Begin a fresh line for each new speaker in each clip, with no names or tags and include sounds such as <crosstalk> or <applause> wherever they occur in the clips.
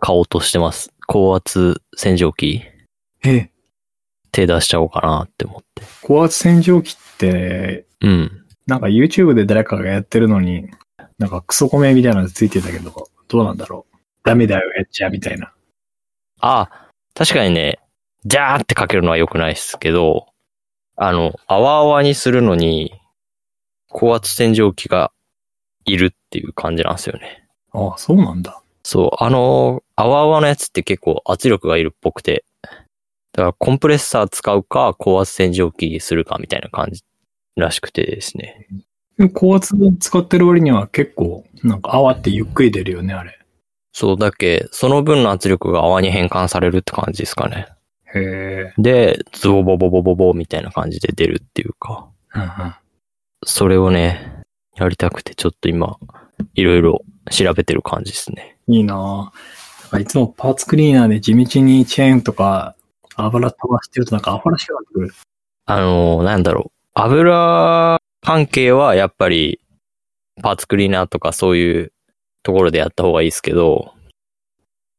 買おうとしてます。高圧洗浄機
え、
手出しちゃおうかなって思って。
高圧洗浄機って、
うん。
なんか YouTube で誰かがやってるのに、なんかクソコメみたいなのついてたけど、どうなんだろう。ダメだよ、やっちゃ、みたいな。
あ、確かにね、ジャーってかけるのは良くないですけど、あの、泡泡にするのに、高圧洗浄機がいるっていう感じなんですよね。
ああ、そうなんだ。
そう、あの、泡泡のやつって結構圧力がいるっぽくて、だからコンプレッサー使うか高圧洗浄機するかみたいな感じらしくてですね。
高圧使ってる割には結構、なんか泡ってゆっくり出るよね、あれ。
そうだけ、その分の圧力が泡に変換されるって感じですかね。
へえ。
で、ズボボボボボボみたいな感じで出るっていうか、
うんうん。
それをね、やりたくてちょっと今、いろいろ調べてる感じですね。
いいなぁ。なんかいつもパーツクリーナーで地道にチェーンとか油飛ばしてるとなんか泡らしくなってくる。
あの、なんだろう。油関係はやっぱりパーツクリーナーとかそういうところでやった方がいいですけど、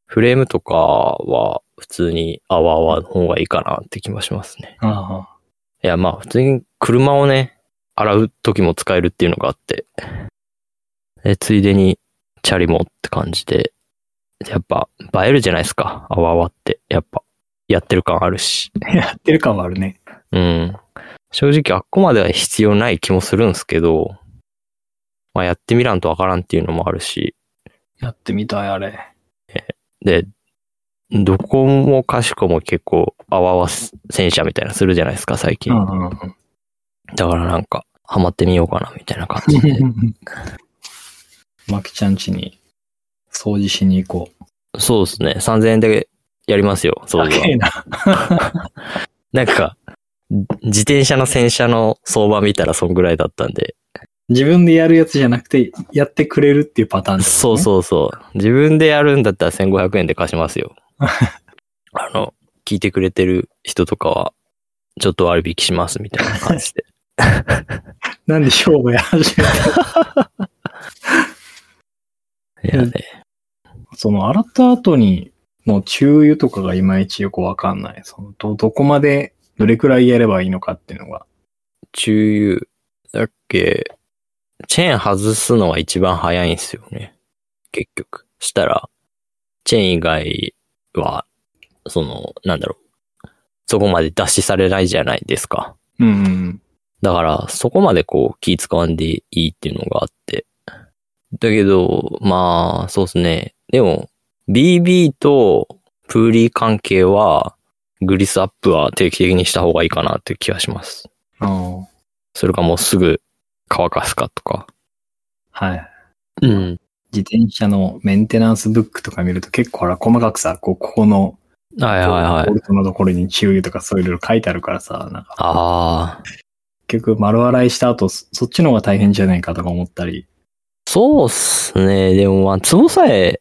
フレームとかは普通に泡々の方がいいかなって気もしますね。
ああ。
いや、まあ普通に車をね、洗う時も使えるっていうのがあって、でついでにチャリもって感じで、やっぱ映えるじゃないですか、泡々って。やっぱやってる感あるし。
やってる感はあるね。
うん。正直、あっこまでは必要ない気もするんすけど、まあ、やってみらんとわからんっていうのもあるし、
やってみたい、あれ。
で、どこもかしこも結構、泡は戦車みたいなするじゃないですか、最近。
うんうん
だからなんか、ハマってみようかな、みたいな感じ
<laughs>
で。
マキちゃん家に掃除しに行こう。
そうですね、3000円でやりますよ、掃除
高
は。
えな。
なんか、自転車の洗車の相場見たらそんぐらいだったんで、
自分でやるやつじゃなくて、やってくれるっていうパターン、
そうそうそう。自分でやるんだったら1500円で貸しますよ。あの、聞いてくれてる人とかは、ちょっと割引しますみたいな感じで。
う。なんで勝負や始めた
いやね。
その洗った後にの注油とかがいまいちよくわかんない。そのど、どこまで、どれくらいやればいいのかっていうのが。
中油。だっけ、チェーン外すのは一番早いんですよね。結局。したら、チェーン以外は、その、なんだろう。そこまで脱脂されないじゃないですか。
うんうん
だから、そこまでこう気使わんでいいっていうのがあって。だけど、まあ、そうですね。でも、BB とプーリー関係は、グリスアップは定期的にした方がいいかなっていう気がします。
うん。あ
それかもうすぐ乾かすかとか。
あはい。
うん。
自転車のメンテナンスブックとか見ると結構あら細かくさ、こう、ここの、
はいはいはい
ボ。ルトのところに注油とかそういうの書いてあるからさ、なんか
ああ。
結局丸洗いした後、そそっちの方が大変じゃないかとか思ったり。
そうっすね。でもまあ、ツボさえ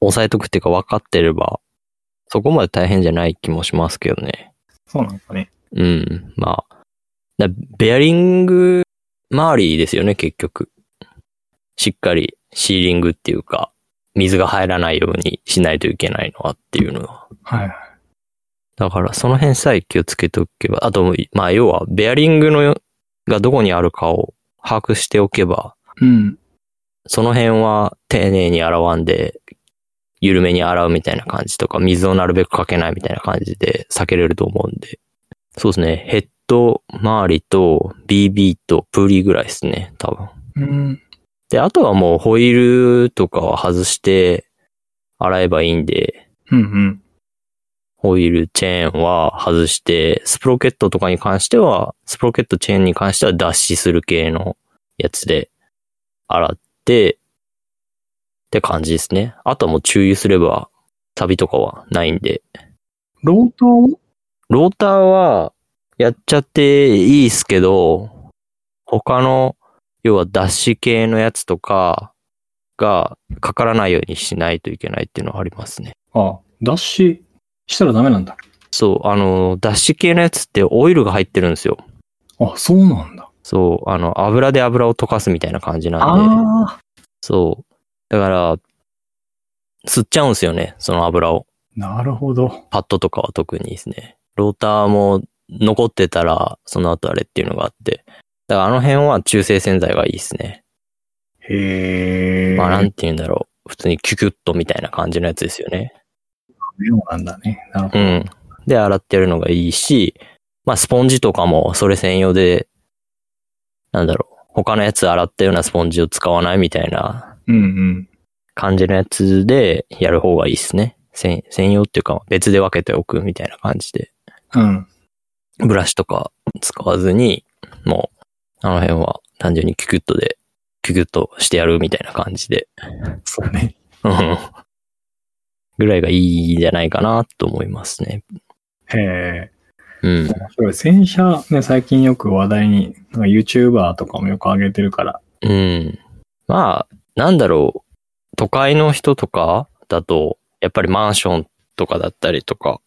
押さえとくっていうか分かってれば、そこまで大変じゃない気もしますけどね。
そうなんかね。
うん、まあ。だベアリング周りですよね、結局。しっかりシーリングっていうか、水が入らないようにしないといけないのはっていうのは。
はい。
だからその辺さえ気をつけておけば、あと、まあ要はベアリングのがどこにあるかを把握しておけば、
うん。
その辺は丁寧に洗わんで、緩めに洗うみたいな感じとか、水をなるべくかけないみたいな感じで避けれると思うんで。そうですね。ヘッド周りと BB とプーリーぐらいですね。多分。
うん。
で、あとはもうホイールとかは外して洗えばいいんで、
うんうん。
ホイールチェーンは外して、スプロケットとかに関しては、スプロケットチェーンに関しては脱脂する系のやつで洗って、って感じですね。あとはもう注油すれば、サビとかはないんで。
ロート
ローターはやっちゃっていいっすけど、他の、要は脱脂系のやつとかがかからないようにしないといけないっていうのはありますね。
あ、脱脂したらダメなんだ。
そう、あの、脱脂系のやつってオイルが入ってるんですよ。
あ、そうなんだ。
そう、あの、油で油を溶かすみたいな感じなんで、
ああ。
そう。だから、吸っちゃうんですよね、その油を。
なるほど。
パッドとかは特にですね。ローターも残ってたら、その後あれっていうのがあって。だからあの辺は中性洗剤がいいですね。
へえ。
まあなん
ん
て言うんだろう。普通にキュキュッとみたいな感じのやつですよね。
なんだね。なるほ
う
ど。
ん。で、洗ってやるのがいいし、まあスポンジとかもそれ専用で、なんだろう。他のやつ洗ったようなスポンジを使わないみたいな
うんうん。
感じのやつでやる方がいいですね。専専用っていうか別で分けておくみたいな感じで。
うん。
ブラシとか使わずに、もう、あの辺は単純にキュキュッとで、キュキュッとしてやるみたいな感じで、 <laughs>
そうね。
うん。ぐらいがいいんじゃないかなと思いますね。
へえ。
うん。
面白い。洗車ね、最近よく話題に、なんか YouTuber とかもよく上げてるから。
うん。まあ、なんだろう。都会の人とかだと、やっぱりマンションとかだったりとか、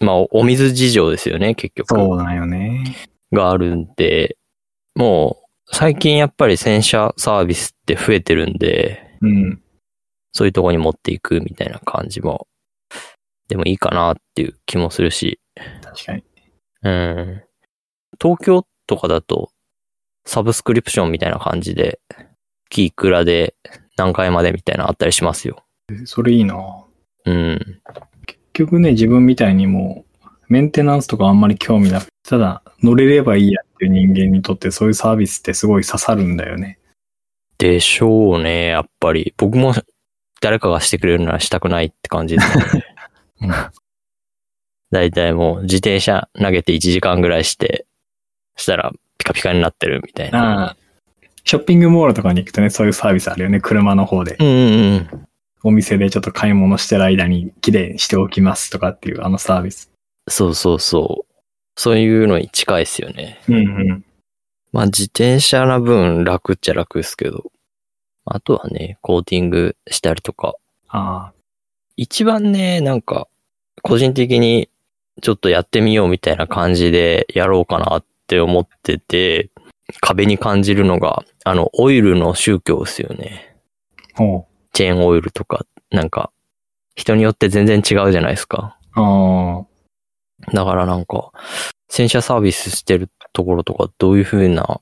まあ、お水事情ですよね、結局。
そうだよね。
があるんで、もう、最近やっぱり洗車サービスって増えてるんで、
うん。
そういうとこに持っていくみたいな感じも、でもいいかなっていう気もするし、
確かに。
うん。東京とかだと、サブスクリプションみたいな感じで、月いくらで何回までみたいなのあったりしますよ。
それいいな。
うん。
結局ね、自分みたいにもう、メンテナンスとかあんまり興味なくて、ただ乗れればいいやっていう人間にとってそういうサービスってすごい刺さるんだよね。
でしょうね、やっぱり。僕も誰かがしてくれるならしたくないって感じです
<laughs>
ね
うん
だいたいもう自転車投げて1時間ぐらいして、したらピカピカになってるみたいな。
ああ。ショッピングモールとかに行くとね、そういうサービスあるよね。車の方で。
うんうんうん。
お店でちょっと買い物してる間に綺麗にしておきますとかっていうあのサービス。
そうそうそう。そういうのに近いですよね。
うんうん。
まあ自転車な分楽っちゃ楽ですけど。あとはね、コーティングしたりとか。
ああ。
一番ね、なんか、個人的にちょっとやってみようみたいな感じでやろうかなって思ってて、壁に感じるのが、あの、オイルの宗教ですよね。
ほう。
チェーンオイルとか、なんか、人によって全然違うじゃないですか。
ああ。
だからなんか、洗車サービスしてるところとか、どういう風な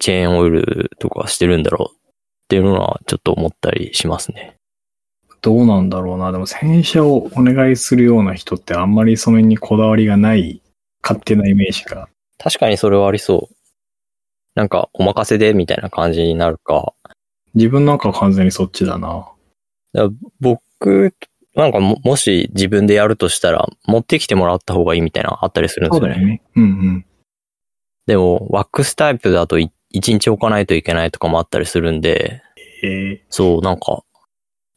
チェーンオイルとかしてるんだろうっていうのはちょっと思ったりしますね。
どうなんだろうな。でも洗車をお願いするような人ってあんまりその辺にこだわりがない勝手なイメージが。
確かにそれはありそう。なんか、お任せでみたいな感じになるか。
自分なんかは完全にそっちだな。
僕、なんかも、もし自分でやるとしたら、持ってきてもらった方がいいみたいなのあったりするんですよね。
ね。うんうん。
でも、ワックスタイプだとい一日置かないといけないとかもあったりするんで、
ええ
そう、なんか、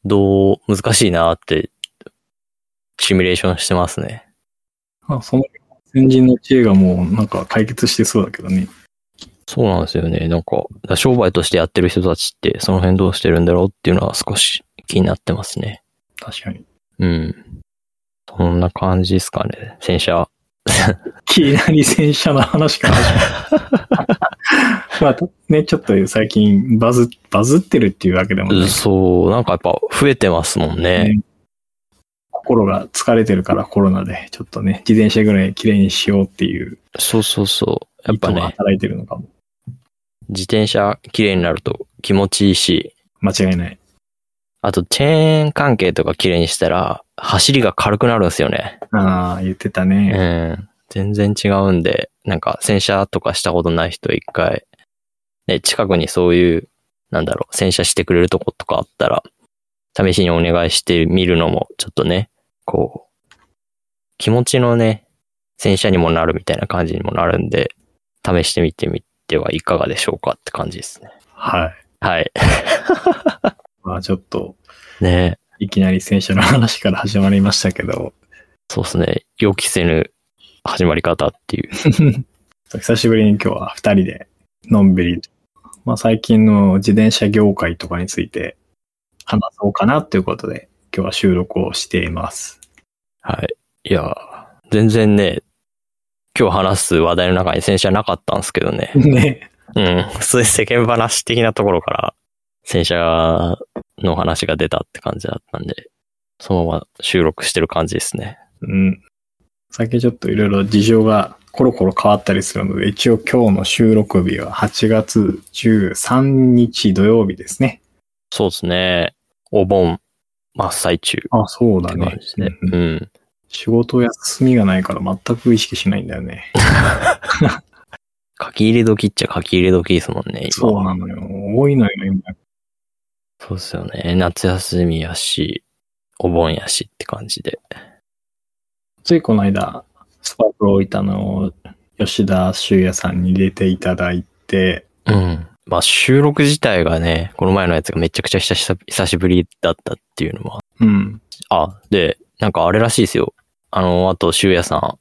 どう、難しいなって、シミュレーションしてますね。
あ、その先人の知恵がもうなんか解決してそうだけどね。
そうなんですよね。なんか、だ商売としてやってる人たちって、その辺どうしてるんだろうっていうのは少し気になってますね。
確かに。
うん。そんな感じですかね。洗車。
いきなり洗車の話から
<laughs>
始まる。まあ、ね、ちょっと最近バズ、バズってるっていうわけでもない。
そう、なんかやっぱ増えてますもんね。
ね心が疲れてるからコロナで、ちょっとね、自転車ぐらい綺麗にしようっていう
そうそうそう。やっ
意図
ぱ
が
ね、
働いてるのかも。
自転車綺麗になると気持ちいいし、
間違いない。
あとチェーン関係とか綺麗にしたら、走りが軽くなるんですよね。
ああ、言ってた
う
ね。
ん。全然違うんで、なんか洗車とかしたことない人一回、ね、近くにそういう、なんだろう、洗車してくれるとことかあったら、試しにお願いしてみるのも、ちょっとね、こう、気持ちのね、洗車にもなるみたいな感じにもなるんで、試してみてみてはいかがでしょうかって感じですね。
はい。
はい。
まあちょっと、
ね
いきなり洗車の話から始まりましたけど、
そうですね。予期せぬ始まり方っていう。
<laughs> 久しぶりに今日は二人でのんびりと、まあ、最近の自転車業界とかについて話そうかなということで今日は収録をしています。
はい。いやー、全然ね、今日話す話題の中に洗車なかったんですけどね。
<laughs> ね。
うん。そういう世間話的なところから、洗車の話が出たって感じだったんで、そのまま収録してる感じですね。
うん。最近ちょっといろいろ事情がコロコロ変わったりするので、一応今日の収録日は8月13日土曜日ですね。
そうですね。お盆真っ最中っ
あ、そうだ
て感じ
ね。
ですね。
うん
うん。
仕事休みがないから全く意識しないんだよね。
書き入れ時っちゃ書き入れ時ですもんね、今。
そうなのよ。多いのよ、今。
そうっすよね。夏休みやし、お盆やしって感じで。
ついこの間、スパークル大分の吉田修也さんに出ていただいて、
うん。まあ収録自体がね、この前のやつがめちゃくちゃ久し久しぶりだったっていうのも
うん。
あ、で、なんかあれらしいですよ。あの、あと、修也さん、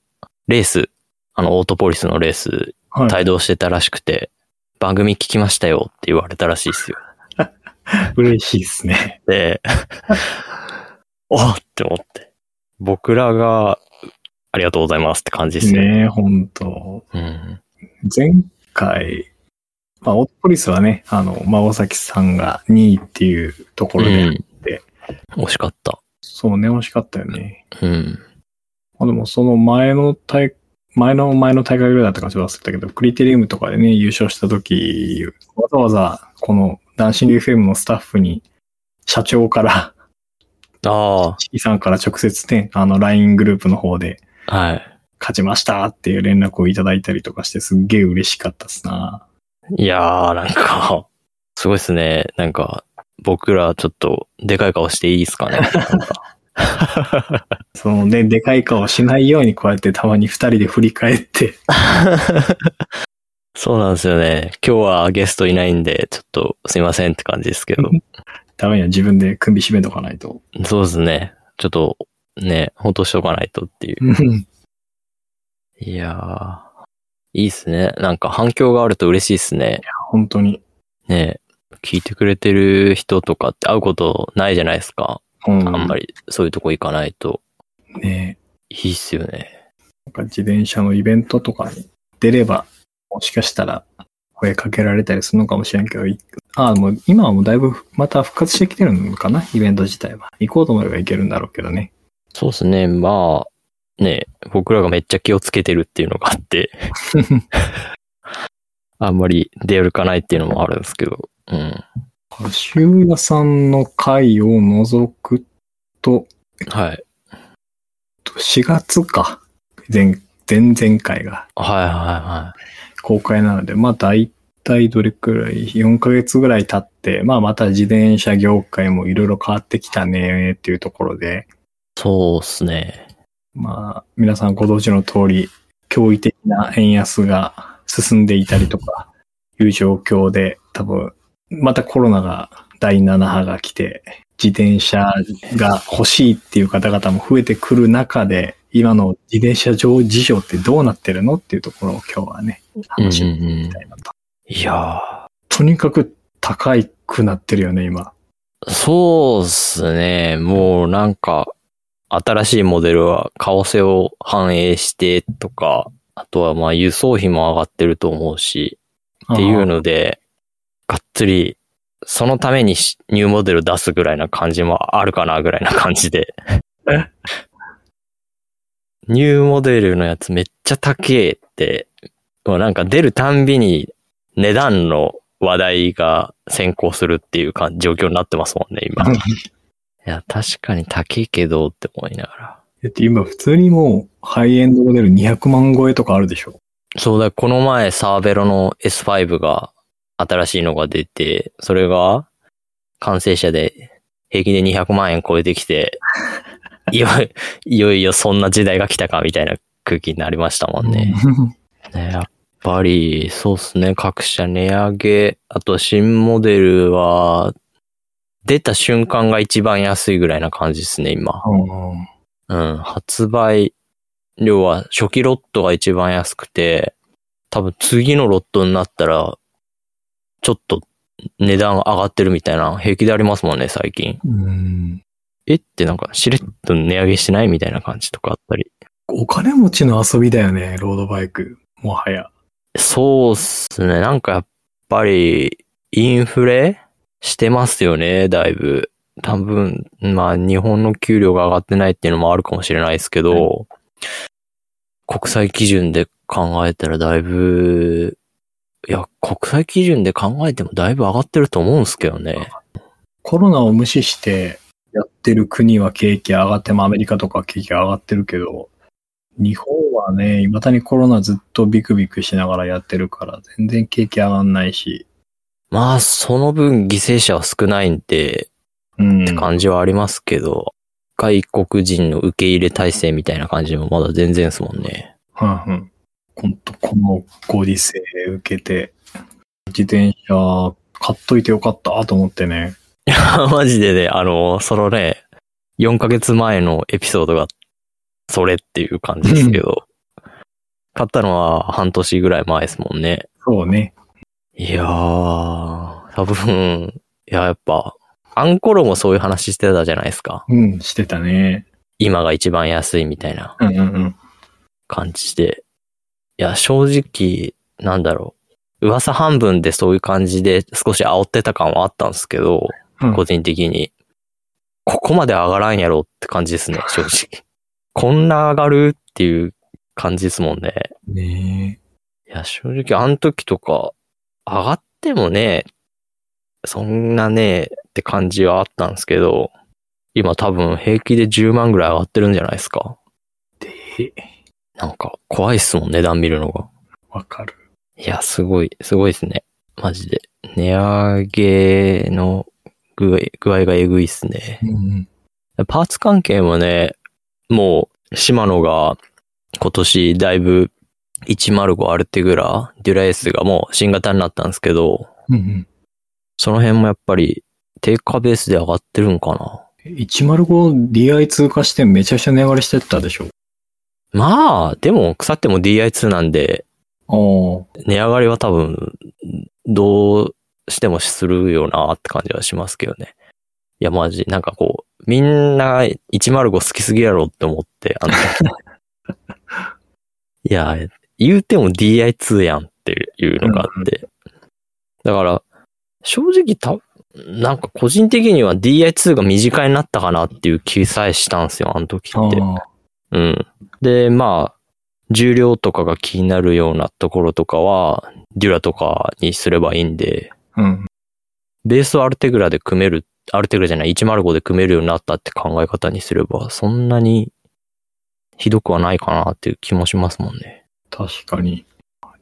レース、あの、オートポリスのレース、
はい。
帯同してたらしくて、番組聞きましたよって言われたらしいですよ。
嬉しいですね。
で、 <laughs> おっって思って。僕らが、ありがとうございますって感じですね。
ねえ、ほんと。
うん。
前回、まあ、オートポリスはね、あの、孫崎さんが2位っていうところで、
うん
で
惜しかった。
そうね、惜しかったよね。
うん。
まあ、でもその前の大、前の前の大会ぐらいだったかちょっと忘れたけど、クリテリウムとかでね、優勝した時、わざわざこのダンシング FM のスタッフに、社長から、
あ
チキさんから直接ね、あの LINE グループの方で、
あ、はい。
勝ちましたっていう連絡をいただいたりとかして、すっげえ嬉しかったっすな。
いやー、なんか、すごいっすね。なんか、僕らちょっと、でかい顔していいです
<laughs>
かね。なんか
そのね、でかい顔しないようにこうやってたまに二人で振り返って、 <laughs>
そうなんですよね。今日はゲストいないんで、ちょっとすいませんって感じですけど。
ためには自分で首絞めとかないと。
そうですね。ちょっと、ね、ほっとしとかないとっていう。いやー、いいっすね。なんか反響があると嬉しいっすね。
本当に。
ね聞いてくれてる人とかって会うことないじゃないですか。
うん
あんま
り。
りそういうとこ行かないと。
ね
いいっすよね。
なんか自転車のイベントとかに出れば、もしかしたら声かけられたりするのかもしれんけど、いああ、もう今はもうだいぶまた復活してきてるのかなイベント自体は。行こうと思えば行けるんだろうけどね。
そうですね。まあ、ね僕らがめっちゃ気をつけてるっていうのがあ <laughs> って、あんまり出歩かないっていうのもあるんですけど。うん。
修也さんの回を除くと、
はい。
4月か。前、前々回が
はいはいは
公開なので、まあ大体どれくらい、4ヶ月ぐらい経って、まあまた自転車業界もいろいろ変わってきたねっていうところで、
い。そうっすね。
まあ、皆さんご存知の通り、驚異的な円安が進んでいたりとか、いう状況で、多分、またコロナが第7波が来て、自転車が欲しいっていう方々も増えてくる中で、今の自転車上事情ってどうなってるのっていうところを今日はね、
うんう
話してい
んうん
き。たいなと。
いや
とにかく高いくなってるよね、今。
ー、そうっすね。もうなんか、新しいモデルは為替を反映してとか、あとはまあ輸送費も上がってると思うし、っていうので、がっつり、そのためにしニューモデル出すぐらいな感じもあるかなぐらいな感じで。 <laughs> ニューモデルのやつめっちゃ高えって、もうなんか出るたんびに値段の話題が先行するっていうか状況になってますもんね、今。 <laughs>
うん
いや、確かに高えけどって思いながら。
だって今普通にもうハイエンドモデル200万超えとかあるでしょ。
そうだ、この前サーベロの S5 が新しいのが出て、それが完成車で平均で200万円超えてきて、 <laughs> いよいいよいよそんな時代が来たかみたいな空気になりましたもんね。ねやっぱり、そうっすね。各社値上げ、あと新モデルは、出た瞬間が一番安いぐらいな感じですね、今。
<laughs> うん
うん、発売量は初期ロットが一番安くて、多分次のロットになったら、ちょっと値段上がってるみたいな平気でありますもんね、最近。
うん
えってなんかしれっと値上げしてないみたいな感じとかあったり。
お金持ちの遊びだよね、ロードバイク。もはや。
そうっすね。なんかやっぱりインフレしてますよね、だいぶ。多分、まあ、日本の給料が上がってないっていうのもあるかもしれないですけど、国際基準で考えたらだいぶ、いや、国際基準で考えてもだいぶ上がってると思うんですけどね。
コロナを無視してやってる国は景気上がってもアメリカとか景気上がってるけど、日本はね、未だにコロナずっとビクビクしながらやってるから、全然景気上がんないし、
まあ、その分犠牲者は少ないんで、
うん。
って感じはありますけど、外国人の受け入れ体制みたいな感じもまだ全然ですもんね。
うんうん。ほんと、このご時世受けて、自転車買っといてよかったと思ってね。
<laughs> マジでね、あの、そのね、4ヶ月前のエピソードが、それっていう感じですけど、買ったのは半年ぐらい前ですもんね。
そうね。
いやー、多分、いや、やっぱ、アンコロもそういう話してたじゃないですか。
うん、してたね。
今が一番安いみたいな
うんうんうん。
感じで。いや、正直、なんだろう。噂半分でそういう感じで少し煽ってた感はあったんですけど、
うん
個人的に。ここまで上がらんやろって感じですね、正直。こんな上がるっていう感じですもんね。
ね
いや、正直、あの時とか、上がってもね、そんなね、って感じはあったんですけど、今多分平気で10万ぐらい上がってるんじゃないですか。
え。で、
なんか、怖いっすもん、値段見るのが。
わかる。
いや、すごい、すごいですね。マジで。値上げの具合具合がえぐいっすね。
うんうん。
パーツ関係もね、もう、シマノが今年だいぶ105アルテグラ、デュラエースがもう新型になったんですけど、
うん
その辺もやっぱり定価ベースで上がってるんかな。
うん。105DI 通過してめちゃくちゃ値上がりしてったでしょ。
まあ、でも腐っても DI2 なんで、
ああ。
値上がりは多分、どうしてもするよなって感じはしますけどね。いや、マジ、なんかこう、みんな105好きすぎやろって思って、あの、いや、言うても DI2 やんっていうのがあって。だから、正直た、なんか個人的には DI2 が短いになったかなっていう気さえしたんですよ、あの時って。
ああ。
うん。で、まあ、重量とかが気になるようなところとかは、デュラとかにすればいいんで、
うん。
ベースをアルテグラで組める、アルテグラじゃない、105で組めるようになったって考え方にすれば、そんなにひどくはないかなっていう気もしますもんね。
確かに。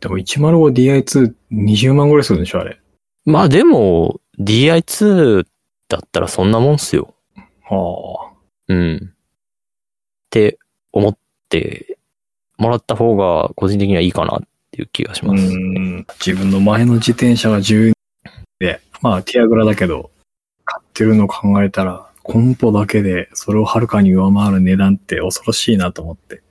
でも 105DI220 万ぐらいするんでしょ、あれ。
まあでも、DI2 だったらそんなもんっすよ。
ああ。
うん。って思ってもらった方が個人的にはいいかなっていう気がし
う
ます。
ん。自分の前の自転車が12で、まあ、ティアグラだけど、買ってるの考えたら、コンポだけで、それをはるかに上回る値段って恐ろしいなと思って。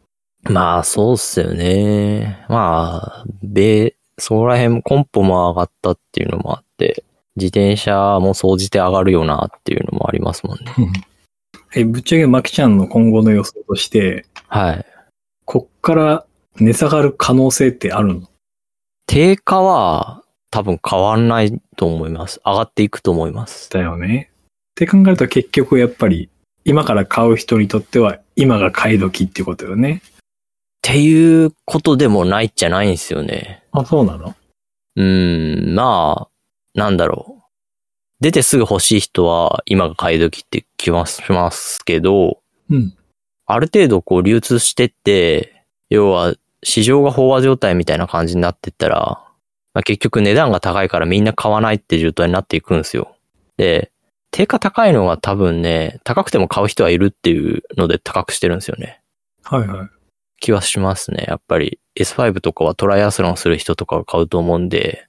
まあ、そうっすよね。まあ、米、そこら辺もコンポも上がったっていうのもあって、自転車も総じて上がるよなっていうのもありますもんね。
え、ぶっちゃけ、まきちゃんの今後の予想として、
はい。
こっから値下がる可能性ってあるの
定価は多分変わんないと思います。上がっていくと思います。
だよね。って考えると結局やっぱり、今から買う人にとっては、今が買い時ってことよね。
っていうことでもないっちゃないんですよね。
あ、そうなの
うーん、まあ、なんだろう。出てすぐ欲しい人は今が買い時って気はしますけど、
うん。
ある程度こう流通してって、要は市場が飽和状態みたいな感じになってったら、まあ、結局値段が高いからみんな買わないって状態になっていくんですよ。で、定価高いのが多分ね、高くても買う人はいるっていうので高くしてるんですよね。
はいはい。
気はしますね。やっぱり S5 とかはトライアスロンする人とかが買うと思うんで、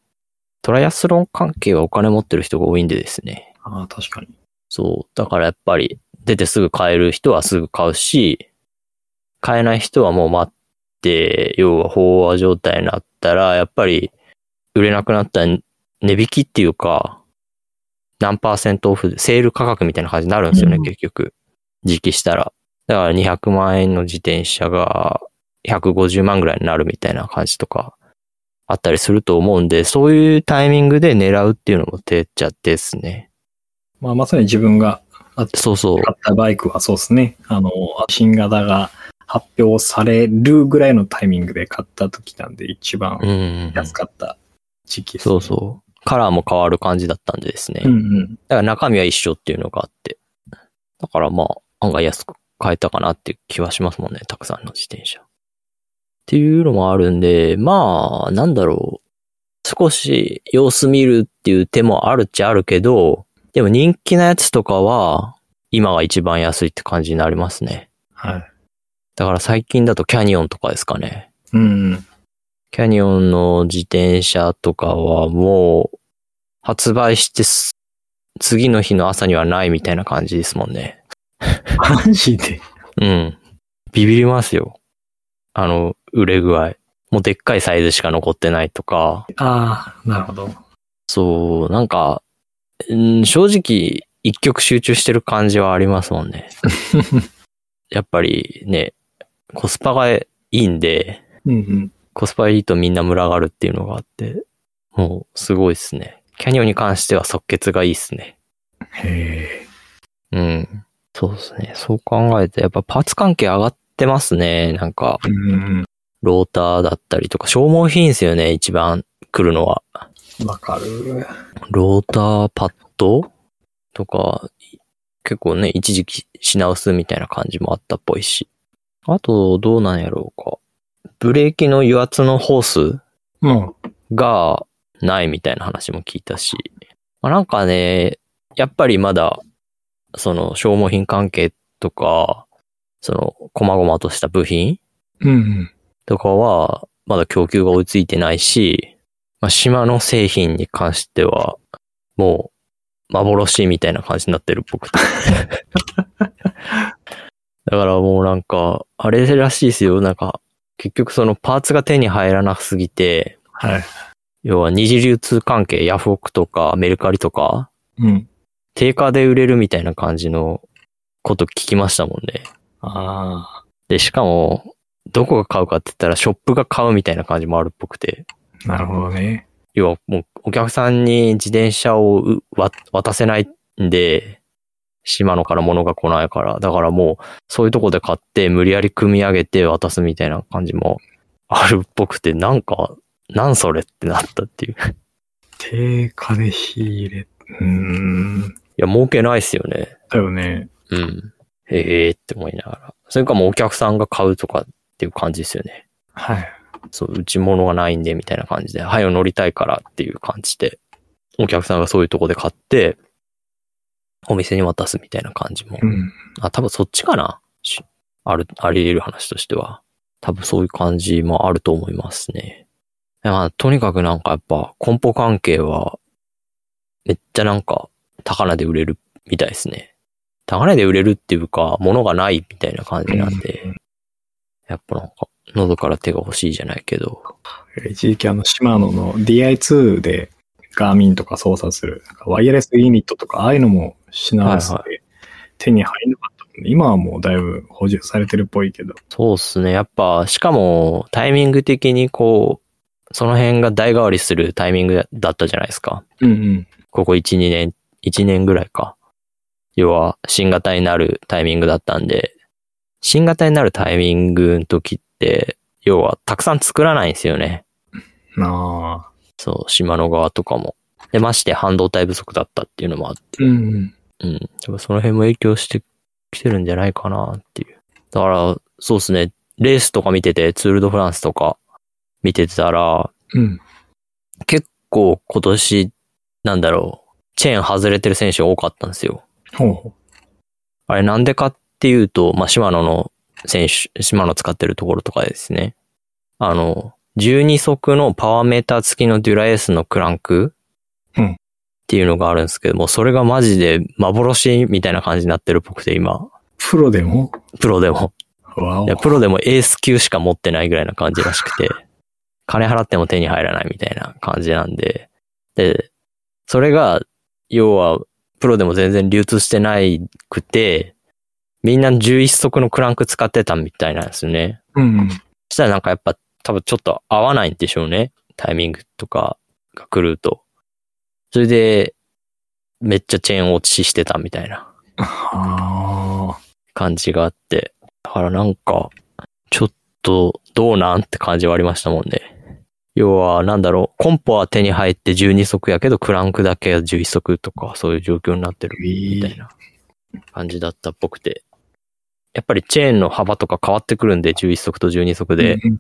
トライアスロン関係はお金持ってる人が多いんでですね。
ああ、確かに。
そう。だからやっぱり、出てすぐ買える人はすぐ買うし、買えない人はもう待って、要は飽和状態になったら、やっぱり、売れなくなったら値引きっていうか、何パーセントオフ、セール価格みたいな感じになるんですよね、
うん
結局。時期したら。だから200万円の自転車が150万ぐらいになるみたいな感じとか、あったりすると思うんで、そういうタイミングで狙うっていうのも手っちゃですね。
まあ、まさに自分が
そうそう。
買ったバイクはそうですね。あの、新型が発表されるぐらいのタイミングで買った時なんで、一番
うんうんうん。
安かった時期です、
そうそう。カラーも変わる感じだったんでですね。
うん
だ
うん。
から中身は一緒っていうのがあって。だからまあ、案外安く買えたかなっていう気はしますもんね。たくさんの自転車。っていうのもあるんで、まあ、なんだろう。少し様子見るっていう手もあるっちゃあるけど、でも人気なやつとかは、今が一番安いって感じになりますね。
はい。
だから最近だとキャニオンとかですかね。
うんうん。
キャニオンの自転車とかはもう発売してす次の日の朝にはないみたいな感じですもんね。
マジで。
うん。ビビりますよ。あの、売れ具合。もうでっかいサイズしか残ってないとか。
ああ、なるほど。 <laughs>
そう、なんか、うん正直一極集中してる感じはありますもんね。 <laughs> やっぱりね、コスパがいいんで、
うんうん。
コスパいいとみんな群がるっていうのがあって、もうすごいですね。キャニオンに関しては即決がいいですね。
へえ。
うん。そうですね。そう考えて、やっぱパーツ関係上がってますね。なんか、
うんうん
ローターだったりとか、消耗品ですよね、一番来るのは。
うん。わかる。
ローターパッドとか、結構ね、一時期品薄みたいな感じもあったっぽいし。あと、どうなんやろうか。ブレーキの油圧のホース
も
がないみたいな話も聞いたし、まあ、なんかね、やっぱりまだ、その消耗品関係とか、その、細々とした部品
う。うんうん。
とかは、まだ供給が追いついてないし、まあ、島の製品に関しては、もう、幻みたいな感じになってる、僕と。だからもうなんか、あれらしいですよ。なんか、結局そのパーツが手に入らなすぎて、
はい。
要は二次流通関係、ヤフオクとかメルカリとか、
うん。
定価で売れるみたいな感じのこと聞きましたもんね。
あ
で、しかも、どこが買うかって言ったら、ショップが買うみたいな感じもあるっぽくて。
あ、なるほどね。
要はもう、お客さんに自転車をうわ渡せないんで、島野から物が来ないから。だからもう、そういうとこで買って、無理やり組み上げて渡すみたいな感じもあるっぽくて、なんか、なんそれってなったっていう。い
定価で仕入れ。うーん。
や、儲けないっすよね。
だよね。
うん。へえーって思いながら。それかもうお客さんが買うとかっていう感じですよね。
はい。
そう、うち物がないんでみたいな感じで、はよ乗りたいからっていう感じで、お客さんがそういうとこで買って、お店に渡すみたいな感じも。
うん。
あ、多分そっちかな。しある、あり得る話としては。多分そういう感じもあると思いますね。まあ、とにかくなんかやっぱ、梱包関係は、めっちゃなんか、高値で売れるみたいですね。高値で売れるっていうか、物がないみたいな感じなんで、やっぱなんか、喉から手が欲しいじゃないけど、
一時期あの、シマノの DI2 でガーミンとか操作する、なんかワイヤレスユニットとか、ああいうのも品薄で、
は
手に入らなかったもんね。今はもうだいぶ補充されてるっぽいけど。
そうっすね。やっぱ、しかも、タイミング的にこう、その辺が代替わりするタイミングだったじゃないですか。
うんうん。
ここ1、2年、1年ぐらいか。要は、新型になるタイミングだったんで、新型になるタイミングの時って、要は、たくさん作らないんですよね。
なあ。
そう、島の側とかも。で、まして、半導体不足だったっていうのもあって、
うんうん。
うん。やっぱその辺も影響してきてるんじゃないかなっていう。だから、そうですね。レースとか見てて、ツールドフランスとか見てたら、
うん。
結構今年、なんだろう、チェーン外れてる選手多かったんですよ。
ほうほ
あれなんでかっていうと、まあ、島野の選手、島野使ってるところとかですね。あの、12足のパワーメーター付きのデュラエースのクランク
うん
っていうのがあるんですけども、それがマジで幻みたいな感じになってるっぽくて今、
う。プロでも
プロでも。
わお
いや、プロでもエース級しか持ってないぐらいな感じらしくて、金払っても手に入らないみたいな感じなんで、で、それが、要は、プロでも全然流通してないくて、みんな11足のクランク使ってたみたいなんですよね。
うんうん。
そしたらなんかやっぱ多分ちょっと合わないんでしょうね。タイミングとかが来ると。それで、めっちゃチェーン落ちしてたみたいな
あ
感じがあって。だからなんか、ちょっとどうなんって感じはありましたもんね。要は、なんだろう、コンポは手に入って12足やけど、クランクだけは11足とか、そういう状況になってる
ーい
みた
い
いな感じだったっぽくて。やっぱりチェーンの幅とか変わってくるんで、11足と12足で。
うん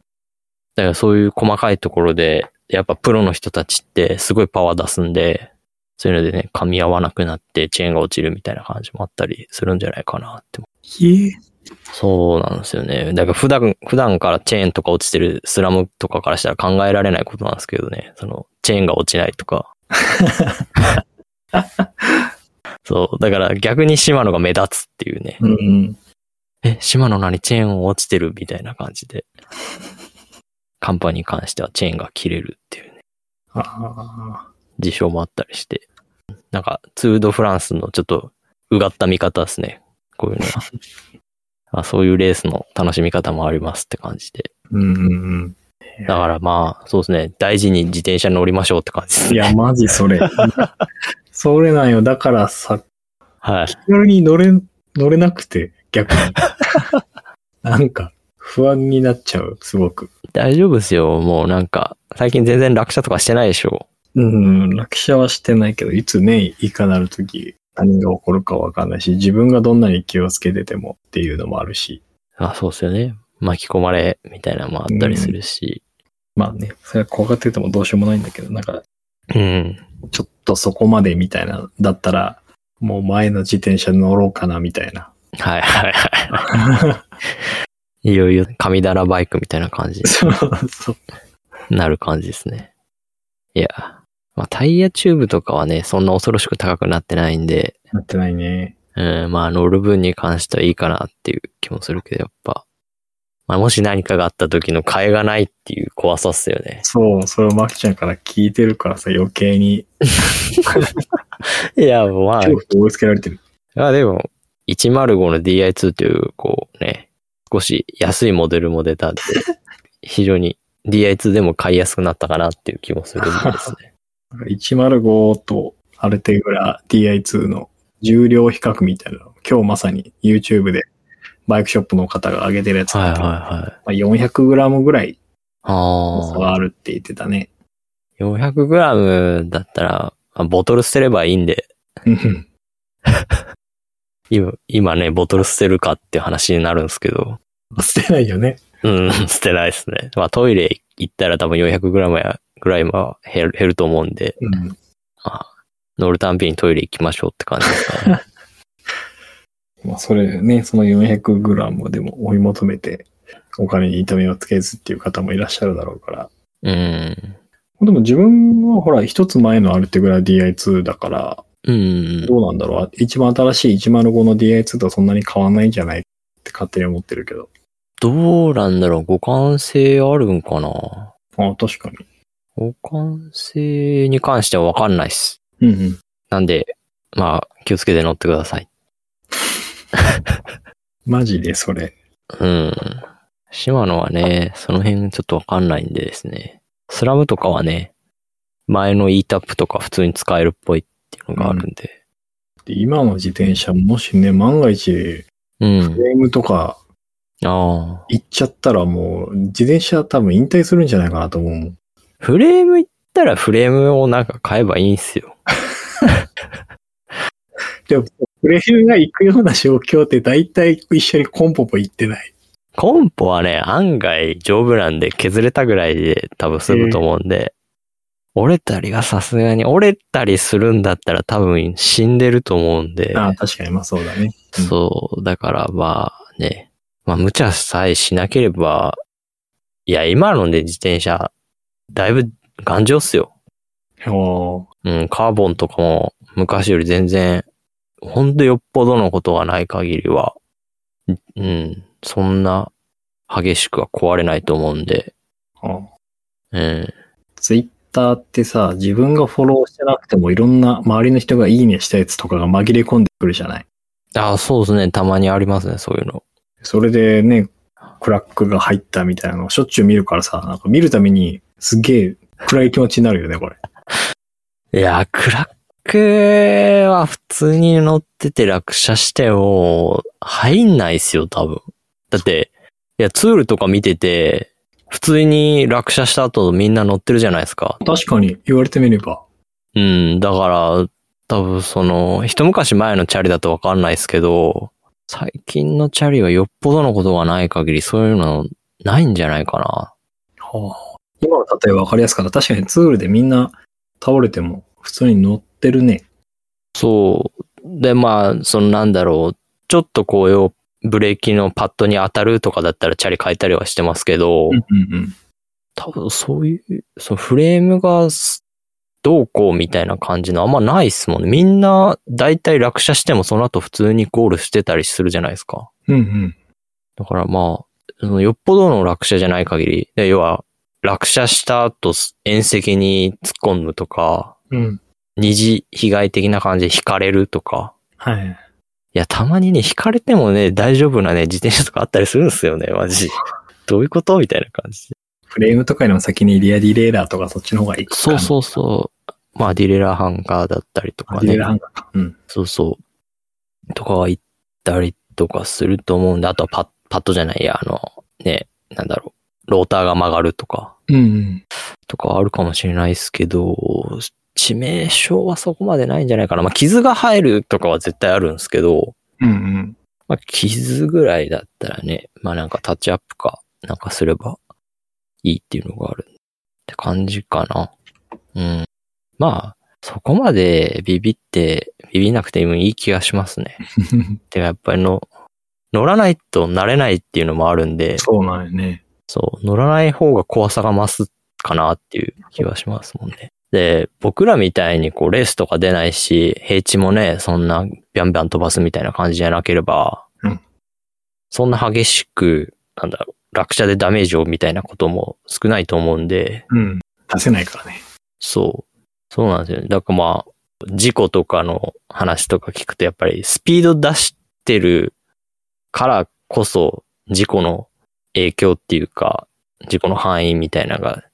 だからそういう細かいところで、やっぱプロの人たちってすごいパワー出すんで、そういうのでね、噛み合わなくなってチェーンが落ちるみたいな感じもあったりするんじゃないかなって。
ひえ
そうなんですよね。だから普段、普段からチェーンとか落ちてるスラムとかからしたら考えられないことなんですけどね。その、チェーンが落ちないとか。そう。だから逆にシマノが目立つっていうね。
うん。
え、島野何チェーン落ちてるみたいな感じで。カンパに関してはチェーンが切れるっていうね、
あ
事象もあったりして。なんか、ツールドフランスのちょっと、うがった見方ですね。こういうのは。あそういうレースの楽しみ方もありますって感じで。
ーうんうん
だからまあ、そうですね。大事に自転車に乗りましょうって感じで
うん。
す
い
ね。
や、マジ <laughs> それ。それなんよ。だからさ、
はい。
気軽に乗れ、乗れなくて、逆 <laughs> に。なんか、不安になっちゃう、すごく。
大丈夫ですよ。もうなんか、最近全然落車とかしてないでしょ。
うん、落車はしてないけど、いつね、いかなるとき、何が起こるかわかんないし、自分がどんなに気をつけててもっていうのもあるし。
あ、そうですよね。巻き込まれ、みたいなのもあったりするし。
まあね、それは怖がっててもどうしようもないんだけど、なんか、
うん。
ちょっとそこまでみたいな、だったら、もう前の自転車乗ろうかな、みたいな。
はいはい <laughs> はい。いよいよ神だらバイクみたいな感じ
そう <laughs> そう。
になる感じですね。いや、まあタイヤチューブとかはね、そんな恐ろしく高くなってないんで、
なってないね。
うん、まあ乗る分に関してはいいかなっていう気もするけど、やっぱ。まあもし何かがあった時の替えがないっていう怖さっすよね。
そう、それをマキちゃんから聞いてるからさ、余計に、
<laughs> いや、まあ、
恐怖を追いつけられてる。
あでも、105の DI2 という、こうね、少し安いモデルも出た <laughs> んで、非常に DI2 でも買いやすくなったかなっていう気もするんですね。
なんか105とアルテグラ DI2 の重量比較みたいなのを今日まさに YouTube でバイクショップの方が上げてるやつ。
<laughs> はいはいはい。
まあ、400g ぐらいの差
ああ。
があるって言ってたね。
400g だったら、あボトル捨てればいいんで、
うん <laughs>
今今ね、ボトル捨てるかっていう話になるんですけど、
捨てないよね。
うん、 <laughs> 捨てないですね。まあトイレ行ったら多分 400g やぐらいは減る減ると思うんで、
うん。
乗るたんびにトイレ行きましょうって感じですかね。
まあそれね、その 400g でも追い求めてお金に痛みをつけずっていう方もいらっしゃるだろうから。
<laughs> うん。
でも自分はほら一つ前のアルテグラ DI2 だから、
うん。
どうなんだろう一番新しい105の DI2 とそんなに変わんないんじゃないって勝手に思ってるけど。
どうなんだろう互換性あるんかな
あ、確かに。
互換性に関してはわかんないっす。
うんうん。
なんで、まあ、気をつけて乗ってください。
マジでそれ。
うん。島野はね、その辺ちょっとわかんないんでですね。スラムとかはね、前の E タップとか普通に使えるっぽいっていうのがあるんで。
で今の自転車、もしね、万が一、フ
うん。
レームとか
ああ。
行っちゃったらもう、自転車多分引退するんじゃないかなと思うもん。
フレーム行ったらフレームをなんか買えばいいんすよ。
でも、フレームが行くような状況って大体一緒にコンポポ行ってない。
コンポはね、案外丈夫なんで削れたぐらいで多分済むと思うんで、折れたりがさすがに、折れたりするんだったら多分死んでると思うんで、
ああ、確かに、まあそうだね。うん
そう、だからまあね、まあ無茶さえしなければ、いや、今のね、自転車、だいぶ頑丈っすよ。
お
うん、カーボンとかも昔より全然、ほんとよっぽどのことがない限りは、うん、そんな激しくは壊れないと思うんで、うん。
ツイッターってさ、自分がフォローしてなくてもいろんな周りの人がいいねしたやつとかが紛れ込んでくるじゃない。
ああ、そうですね。たまにありますね、そういうの。
それでね、クラックが入ったみたいなのをしょっちゅう見るからさ、なんか見るためにすげえ暗い気持ちになるよね、これ。
いやー、クラッは普通に乗ってて落車しても、入んないっすよ、多分。だって、いや、ツールとか見てて、普通に落車した後みんな乗ってるじゃないですか。
確かに言われてみれば。
うん、だから、多分その、一昔前のチャリだとわかんないですけど、最近のチャリはよっぽどのことがない限りそういうのないんじゃないかな。
はあ、今の例えば分かりやすかった。確かにツールでみんな倒れても普通に乗ってるね。
そう。で、まあ、そのなんだろう、ちょっとこうよ、ブレーキのパッドに当たるとかだったらチャリ変えたりはしてますけど、
うんうんうん。
多分そういう、そのフレームがすどうこうみたいな感じのあんまないっすもんね。みんな大体落車してもその後普通にゴールしてたりするじゃないですか。
うんうん。
だからまあ、そのよっぽどの落車じゃない限り、で要は落車した後縁石に突っ込むとか、
うん。
二次被害的な感じで引かれるとか。
はい。
いや、たまにね、引かれてもね、大丈夫なね、自転車とかあったりするんですよね、マ
<laughs>
ジ。どういうことみたいな感じで。
フレームとかよりも先にリアディレイラーとかそっちの方がいいか
そう
な。
そうそう。まあ、ディレラーハンガーだったりとか
ディレ
ね
イラー。ハンガーか。うん。
そうそう。とかは行ったりとかすると思うんで、あとはパッ、パッドじゃないや、あの、ね、なんだろう、ローターが曲がるとか、
うんうん。
とかはあるかもしれないですけど、致命傷はそこまでないんじゃないかな。まあ、傷が入るとかは絶対あるんですけど、
うんうん。
まあ、傷ぐらいだったらね、まあなんかタッチアップか、なんかすればいいっていうのがあるって感じかな。うん。まあ、そこまでビビって、ビビんなくてもいい気がしますね。てかやっぱりの、乗らないと慣れないっていうのもあるんで、
<laughs> そうなんよね。
そう、乗らない方が怖さが増すかなっていう気はしますもんね。で、僕らみたいにこうレースとか出ないし、平地もね、そんなビャンビャン飛ばすみたいな感じじゃなければ、
うん
そんな激しく、なんだろう、落車でダメージをみたいなことも少ないと思うんで、
うん。出せないからね。
そう。そうなんですよね。だからまあ、事故とかの話とか聞くと、やっぱりスピード出してるからこそ、事故の影響っていうか、事故の範囲みたいなのが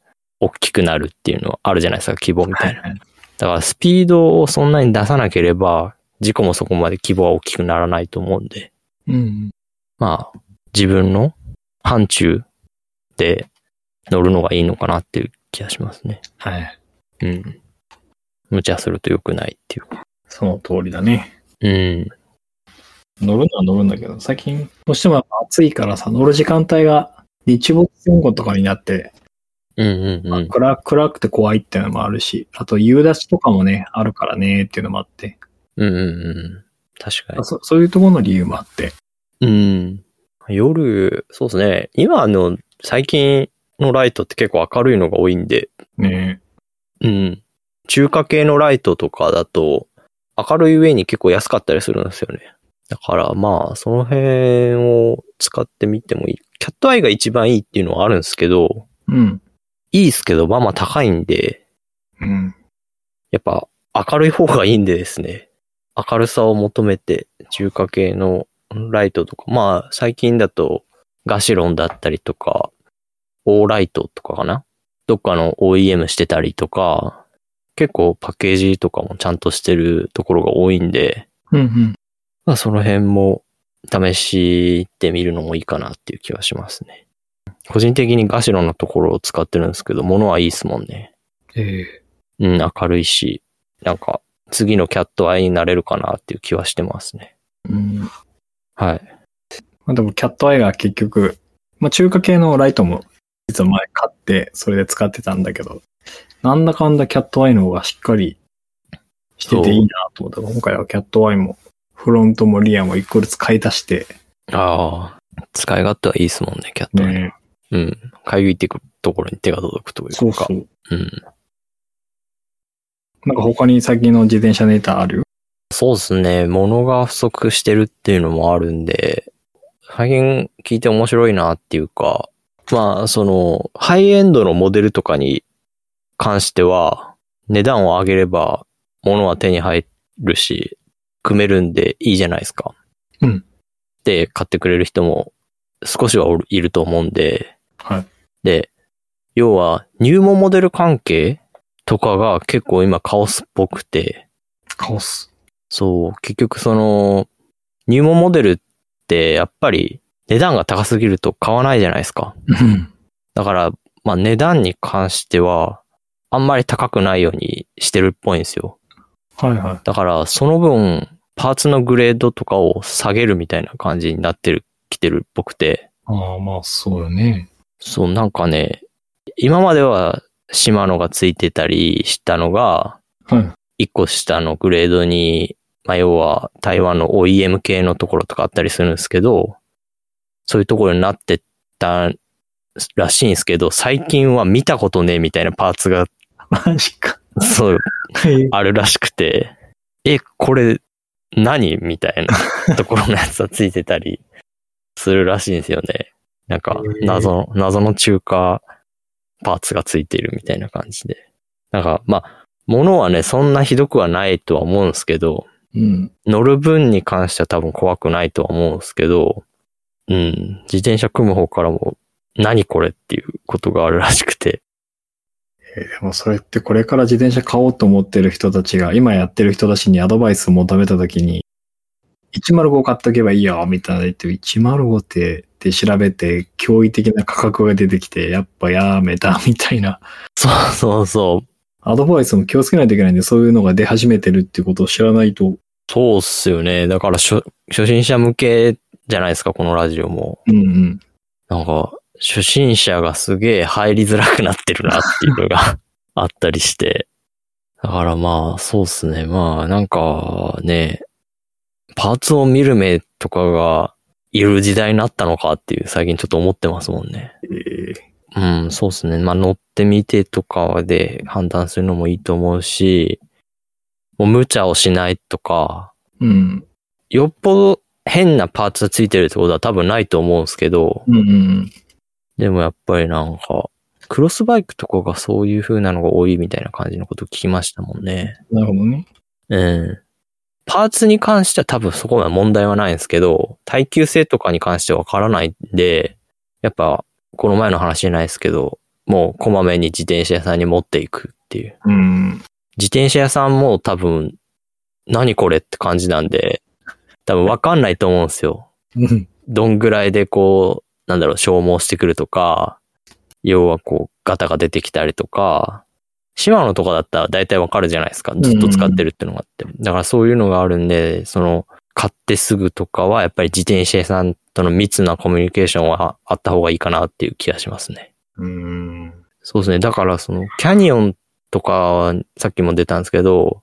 大きくなるっていうのはあるじゃないですか、規模みたいな。
はいはい
だからスピードをそんなに出さなければ、事故もそこまで規模は大きくならないと思うんで。
うんうん。
まあ、自分の範疇で乗るのがいいのかなっていう気がしますね。
はい。
うん。無茶すると良くないっていうか。
その通りだね。
うん。
乗るのは乗るんだけど、最近、どうしてもやっぱ暑いからさ、乗る時間帯が日没前後とかになって、
うんうんうん。
暗暗くて怖いっていうのもあるし、あと夕立ちとかもね、あるからねっていうのもあって、
うんうんうん。確かに。
そそういうところの理由もあって。
うん。夜、そうですね。今の最近のライトって結構明るいのが多いんで、
ね
うん。中華系のライトとかだと、明るい上に結構安かったりするんですよね。だからまあ、その辺を使ってみてもいい。キャットアイが一番いいっていうのはあるんですけど、
うん。
いいですけど、まあまあ高いんで、
うん。
やっぱ明るい方がいいんでですね。明るさを求めて中華系のライトとか、まあ最近だとガシロンだったりとか、オーライトとかかなどっかの OEM してたりとか、結構パッケージとかもちゃんとしてるところが多いんで、
うんうん。
まあその辺も試してみるのもいいかなっていう気はしますね。個人的にガシロンのところを使ってるんですけど、物はいいですもんね。
ええ
うん、明るいし、なんか、次のキャットアイになれるかなっていう気はしてますね。
うん。ま
はい。
あでもキャットアイが結局、まあ中華系のライトも実は前買って、それで使ってたんだけど、なんだかんだキャットアイの方がしっかりしてていいなと思ったから今回はキャットアイもフロントもリアも一個ずつ買い足して、
ああ、使い勝手はいいですもんね、キャットアイ。
ね
うん。かゆいてくところに手が届くというか。
そうそう。
うん。
なんか他に最近の自転車ネタある
そうですね。物が不足してるっていうのもあるんで、最近聞いて面白いなっていうか、まあ、その、ハイエンドのモデルとかに関しては、値段を上げれば物は手に入るし、組めるんでいいじゃないですか。
うん。
で、買ってくれる人も少しはおるいると思うんで、
はい。
で、要は入門モデル関係とかが結構今カオスっぽくて、
カオス。
そう、結局その、入門モデルってやっぱり値段が高すぎると買わないじゃないですか。
うん。
だから、まあ値段に関しては、あんまり高くないようにしてるっぽいんですよ。
はいは
だから、その分、パーツのグレードとかを下げるみたいな感じになってる、きてるっぽくて、
い。ああ、まあそうよね。
そう、なんかね、今まではシマノがついてたりしたのが、
はい。
一個下のグレードに、まあ、要は台湾の OEM 系のところとかあったりするんですけど、そういうところになってったらしいんですけど、最近は見たことねえみたいなパーツが、 <laughs>
マジか。
そう、
はい。
あるらしくて、え、これ何、みたいなところのやつがついてたりするらしいんですよね。なんか、
へえ
謎の、謎の中華パーツがついているみたいな感じで。なんか、まあ、物はね、そんなひどくはないとは思うんですけど、
うん。
乗る分に関しては多分怖くないとは思うんですけど、うん、自転車組む方からも、何これっていうことがあるらしくて。
えーでもそれってこれから自転車買おうと思ってる人たちが、今やってる人たちにアドバイスを求めたときに、105買っとけばいいよ、みたいな言って、105って、で調べて、驚異的な価格が出てきて、やっぱやめた、みたいな。
そうそうそう。
アドバイスも気をつけないといけないんで、そういうのが出始めてるっていうことを知らないと。
そうっすよね。だから初、初心者向けじゃないですか、このラジオも。
うんうん。
なんか、初心者がすげえ入りづらくなってるなっていうのが <laughs> あったりして。だからまあ、そうっすね。まあ、なんかね、パーツを見る目とかがいる時代になったのかっていう、最近ちょっと思ってますもんね。
えー
うん、そうですね。まあ、乗ってみてとかで判断するのもいいと思うし、もう無茶をしないとか、
うん。
よっぽど変なパーツがついてるってことは多分ないと思うんですけど、
うんうん
でもやっぱりなんか、クロスバイクとかがそういう風なのが多いみたいな感じのこと聞きましたもんね。
うん。なるほどね。
うん。パーツに関しては多分そこまで問題はないんですけど、耐久性とかに関してはわからないんで、やっぱ、この前の話じゃないですけど、もうこまめに自転車屋さんに持っていくっていう。
うん。
自転車屋さんも多分、何これって感じなんで、多分わかんないと思うんですよ。
うん。
どんぐらいでこう、なんだろう、消耗してくるとか、要はこう、ガタが出てきたりとか、シマノとかだったら大体わかるじゃないですか。ずっと使ってるってのがあって。だからそういうのがあるんで、その、買ってすぐとかは、やっぱり自転車屋さんとの密なコミュニケーションはあった方がいいかなっていう気がしますね。
うん。
そうですね。だからその、キャニオンとかは、さっきも出たんですけど、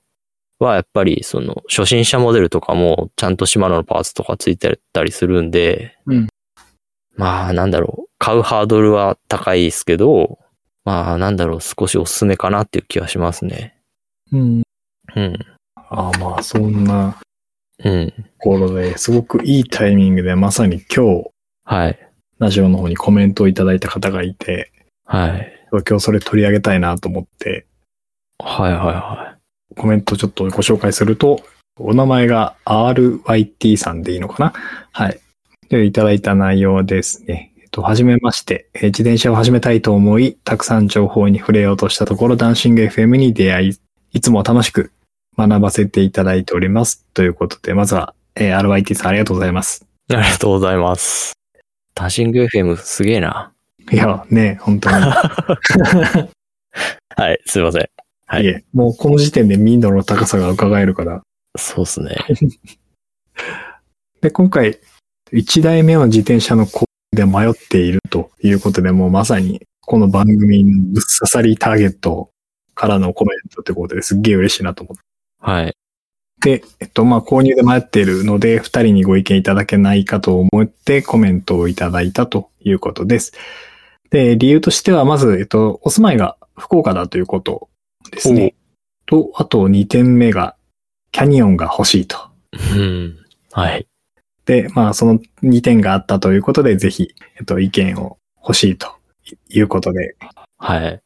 はやっぱりその、初心者モデルとかも、ちゃんとシマノのパーツとかついてたりするんで、
うん
まあ、なんだろう。買うハードルは高いですけど、まあ、なんだろう。少しおすすめかなっていう気はしますね。
うん。
うん。
ああ、まあ、そんな
うん。
ところで、すごくいいタイミングで、まさに今日、
はい。
ラジオの方にコメントをいただいた方がいて、
はい。
今日それ取り上げたいなと思って、
はいはいは
コメントちょっとご紹介すると、お名前が RYT さんでいいのかなはい。で、いただいた内容ですね。えっと、はじめまして、えー自転車を始めたいと思い、たくさん情報に触れようとしたところ、ダンシング FM に出会い、いつも楽しく学ばせていただいております。ということで、まずは、えー RYT さんありがとうございます。
い。 <laughs> ありがとうございます。ダッシング FM すげえな。
いや、ね、本当に。
はい。すいません。はいい。
え、もうこの時点で民度の高さが伺えるから。
そうですね。
で、今回、1台目の自転車の購入で迷っているということで、もうまさに、この番組のぶっ刺さりターゲットからのコメントってことですっげえ嬉しいなと思
はい。
って、えっと、まあ、購入で迷っているので、2人にご意見いただけないかと思ってコメントをいただいたということです。で、理由としては、まず、えっと、お住まいが福岡だということですね。と、あと2点目が、キャニオンが欲しいと。
うん。はい。
で、まあ、その2点があったということで、ぜひ、えっと、意見を欲しいということで、
はい。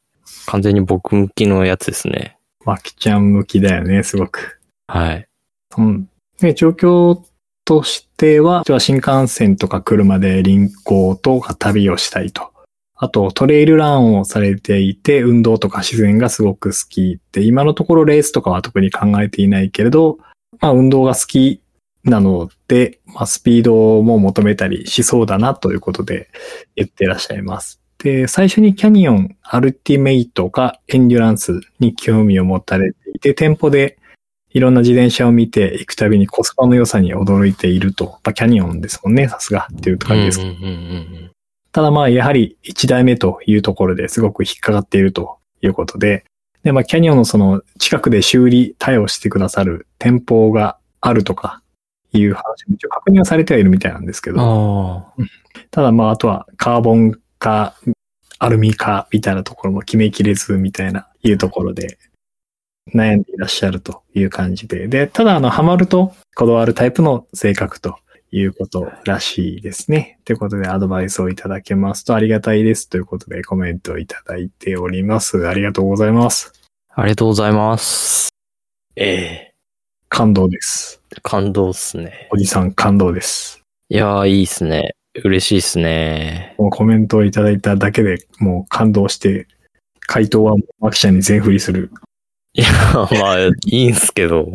完全に僕向きのやつですね。
まきちゃん向きだよね、すごく。
はい。
うん。で、状況としては、私は新幹線とか車で輪行とか旅をしたいと。あと、トレイルランをされていて、運動とか自然がすごく好きって、今のところレースとかは特に考えていないけれど、まあ、運動が好きなので、まあ、スピードも求めたりしそうだなということで言ってらっしゃいます。で、最初にキャニオン、アルティメイトかエンデュランスに興味を持たれていて、店舗でいろんな自転車を見ていくたびにコスパの良さに驚いていると、まあ、キャニオンですもんね、さすがっていう感じですけど
うんうんうん
ただまあ、やはり1台目というところですごく引っかかっているということで、で、まあ、キャニオンのその近くで修理対応してくださる店舗があるとかいう話も一応確認はされてはいるみたいなんですけ
うん。
ど、
ああ。
ただまあ、あとはカーボンかアルミかみたいなところも決めきれずみたいないうところで悩んでいらっしゃるという感じで、で、ただあの、ハマるとこだわるタイプの性格ということらしいですね。ということで、アドバイスをいただけますとありがたいですということで、コメントをいただいております。ありがとうございます。
ありがとうございます。ええ
感動です。
感動っすね。
おじさん感動です。
いやー、いいっすね。嬉しいっすね。 <laughs>
もうコメントをいただいただけでもう感動して、回答はもうマキちゃんに全振りする。
いやー、まあ、いいんすけど。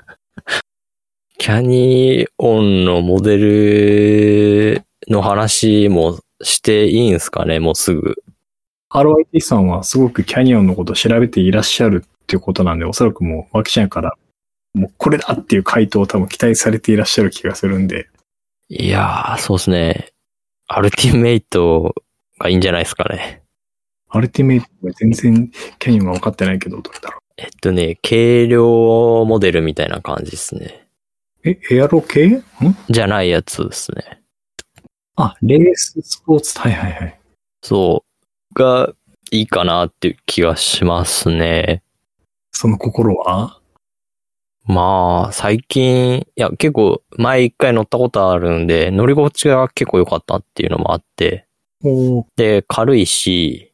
<laughs> キャニオンのモデルの話もしていいんすかね、もうすぐ。
RYT さんはすごくキャニオンのことを調べていらっしゃるっていうことなんで、おそらくもう、マキちゃんから、もうこれだっていう回答を多分期待されていらっしゃる気がするんで、
いやー、そうっすね。アルティメイトがいいんじゃないですかね。
アルティメイトは全然キャニオンが分かってないけど、どれだろ
えっとね、軽量モデルみたいな感じですね。
う。え、エアロ系ん
じゃないやつですね。
あ、レーススポーツ。はいはいはい。
そう。が、いいかなっていう気がしますね。
その心は
まあ、最近、いや、結構、前一回乗ったことあるんで、乗り心地が結構良かったっていうのもあって、
おー
で、軽いし、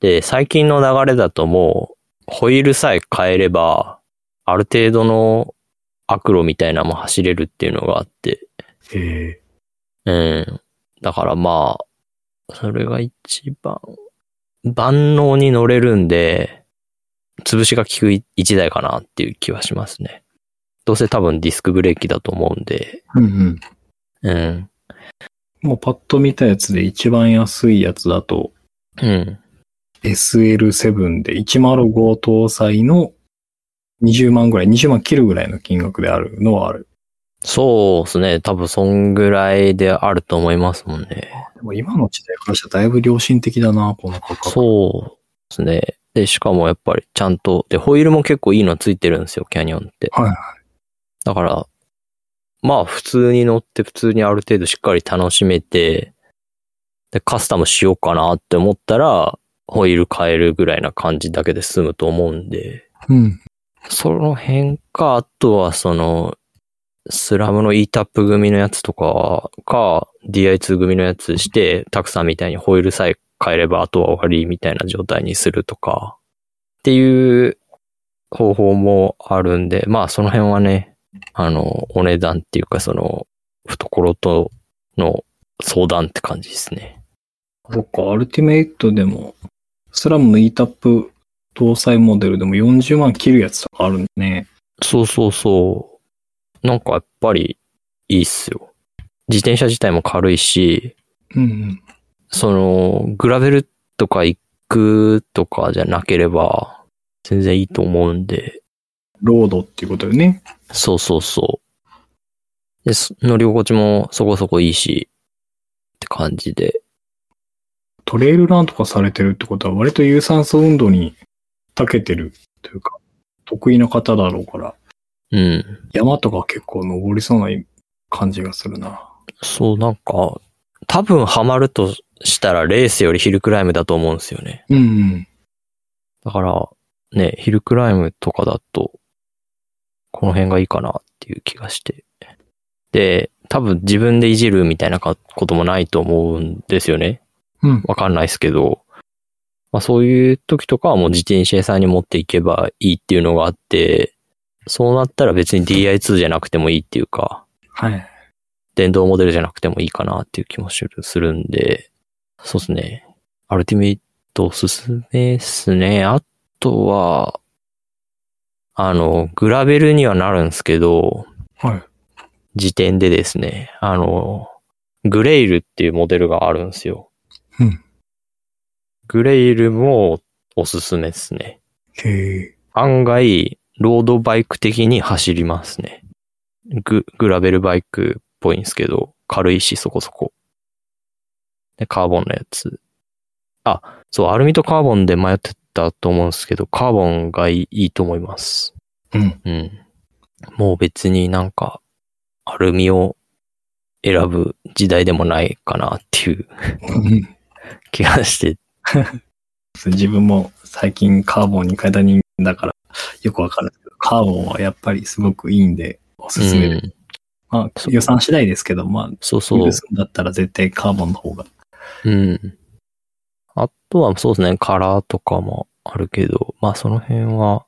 で、最近の流れだともう、ホイールさえ変えれば、ある程度の悪路みたいなのも走れるっていうのがあって、
え
うん。だからまあ、それが一番、万能に乗れるんで、潰しが効く一台かなっていう気はしますね。どうせ多分ディスクブレーキだと思うんで、
ーうんうん。
うん。
もうパッと見たやつで一番安いやつだと、
うん。
SL7 で105搭載の20万ぐらい、20万切るぐらいの金額であるのはある。
そうですね。多分そんぐらいであると思いますもんね。
でも今の時代からしたらだいぶ良心的だな、この価格。う。
そうですね。で、しかもやっぱりちゃんと、で、ホイールも結構いいのついてるんですよ、キャニオンって。
はいはい。
だから、まあ普通に乗って普通にある程度しっかり楽しめて、で、カスタムしようかなって思ったら、ホイール変えるぐらいな感じだけで済むと思うんで、
うん。
その辺か、あとはその、スラムの E タップ組のやつとかか、DI2 組のやつして、たくさんみたいにホイールさえ変えればあとは終わりみたいな状態にするとか、っていう方法もあるんで、まあその辺はね、あの、お値段っていうかその、懐との相談って感じですね。
そっか、アルティメイトでも、スラムの E タップ搭載モデルでも40万切るやつとかあるんだね。
そうそうそう。なんかやっぱりいいっすよ。自転車自体も軽いし、
うんうん。
その、グラベルとか行くとかじゃなければ、全然いいと思うんで、
ロードっていうことよね。
そうそうそう。で、そ乗り心地もそこそこいいし、って感じで。
トレイルランとかされてるってことは割と有酸素運動に長けてるというか、得意な方だろうから、
うん。
山とか結構登りそうな感じがするな。
そう、なんか、多分ハマるとしたらレースよりヒルクライムだと思うんですよね。
うんうん。
だから、ね、ヒルクライムとかだと、この辺がいいかなっていう気がして。で、多分自分でいじるみたいなかこともないと思うんですよね。
うん。
わかんないですけど、まあそういう時とかはもう自転車屋さんに持っていけばいいっていうのがあって、そうなったら別に DI2 じゃなくてもいいっていうか、
はい。
電動モデルじゃなくてもいいかなっていう気もするするんで、そうですね。アルティメイトおすすめっすね。あとは、あの、グラベルにはなるんですけど、
はい。
時点でですね、あの、グレイルっていうモデルがあるんですよ。
うん。
グレイルもおすすめですね。
へえ。
案外、ロードバイク的に走りますね。グ、グラベルバイクっぽいんですけど、軽いしそこそこ。で、カーボンのやつ。あ、そう、アルミとカーボンで迷ってたと思うんですけど、カーボンがいいいいと思います。
うん。
うん。もう別になんか、アルミを選ぶ時代でもないかなっていう気がして、
自分も最近カーボンに変えた人間だからよくわかるんですけど、カーボンはやっぱりすごくいいんで、おすすめです。
うん
まあ、予算次第ですけど、まあ、
そうそう
許。すんだったら絶対カーボンの方が。
うん。あとはそうですね、カラーとかもあるけど、まあその辺は、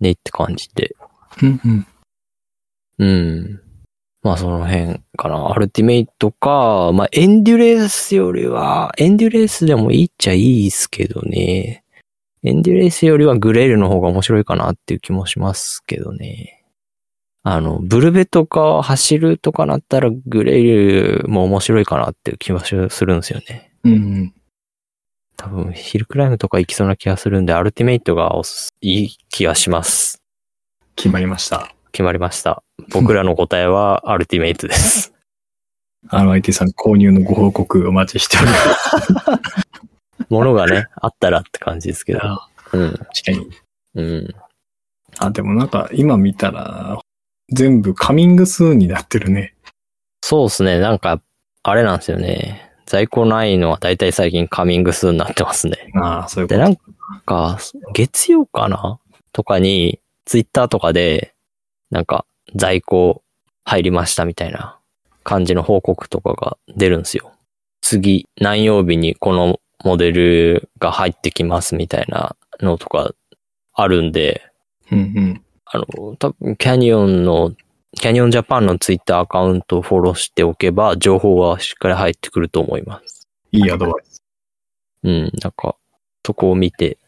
ねって感じで。
うんうん。
うん。まあその辺かな。アルティメイトか、まあエンデュレースよりは、エンデュレースでもいいっちゃいいっすけどね。エンデュレースよりはグレールの方が面白いかなっていう気もしますけどね。あの、ブルベとか走るとかなったらグレールも面白いかなっていう気はするんですよね。
うんうん。
多分、ヒルクライムとか行きそうな気がするんで、アルティメイトがおすいい気がします。
決まりました。
決まりました。僕らの答えは、アルティメイトです。
RIT さん購入のご報告お待ちしております。
ものがね、あったらって感じですけど。
確
うん。
かに。
うん。
あ、でもなんか今見たら、全部カミングスーンになってるね。
そうですね。なんか、あれなんですよね。在庫ないのは大体最近カミングスーンになってますね。
ああ、そういうこ
で、
と。
なんか、月曜かなとかに、ツイッターとかで、なんか、在庫入りましたみたいな感じの報告とかが出るんですよ。次、何曜日にこのモデルが入ってきますみたいなのとかあるんで、
うんうん。
あの、多分キャニオンの、キャニオンジャパンのツイッターアカウントをフォローしておけば、情報はしっかり入ってくると思います。
いいアドバイス。
うん、なんか、そこを見て、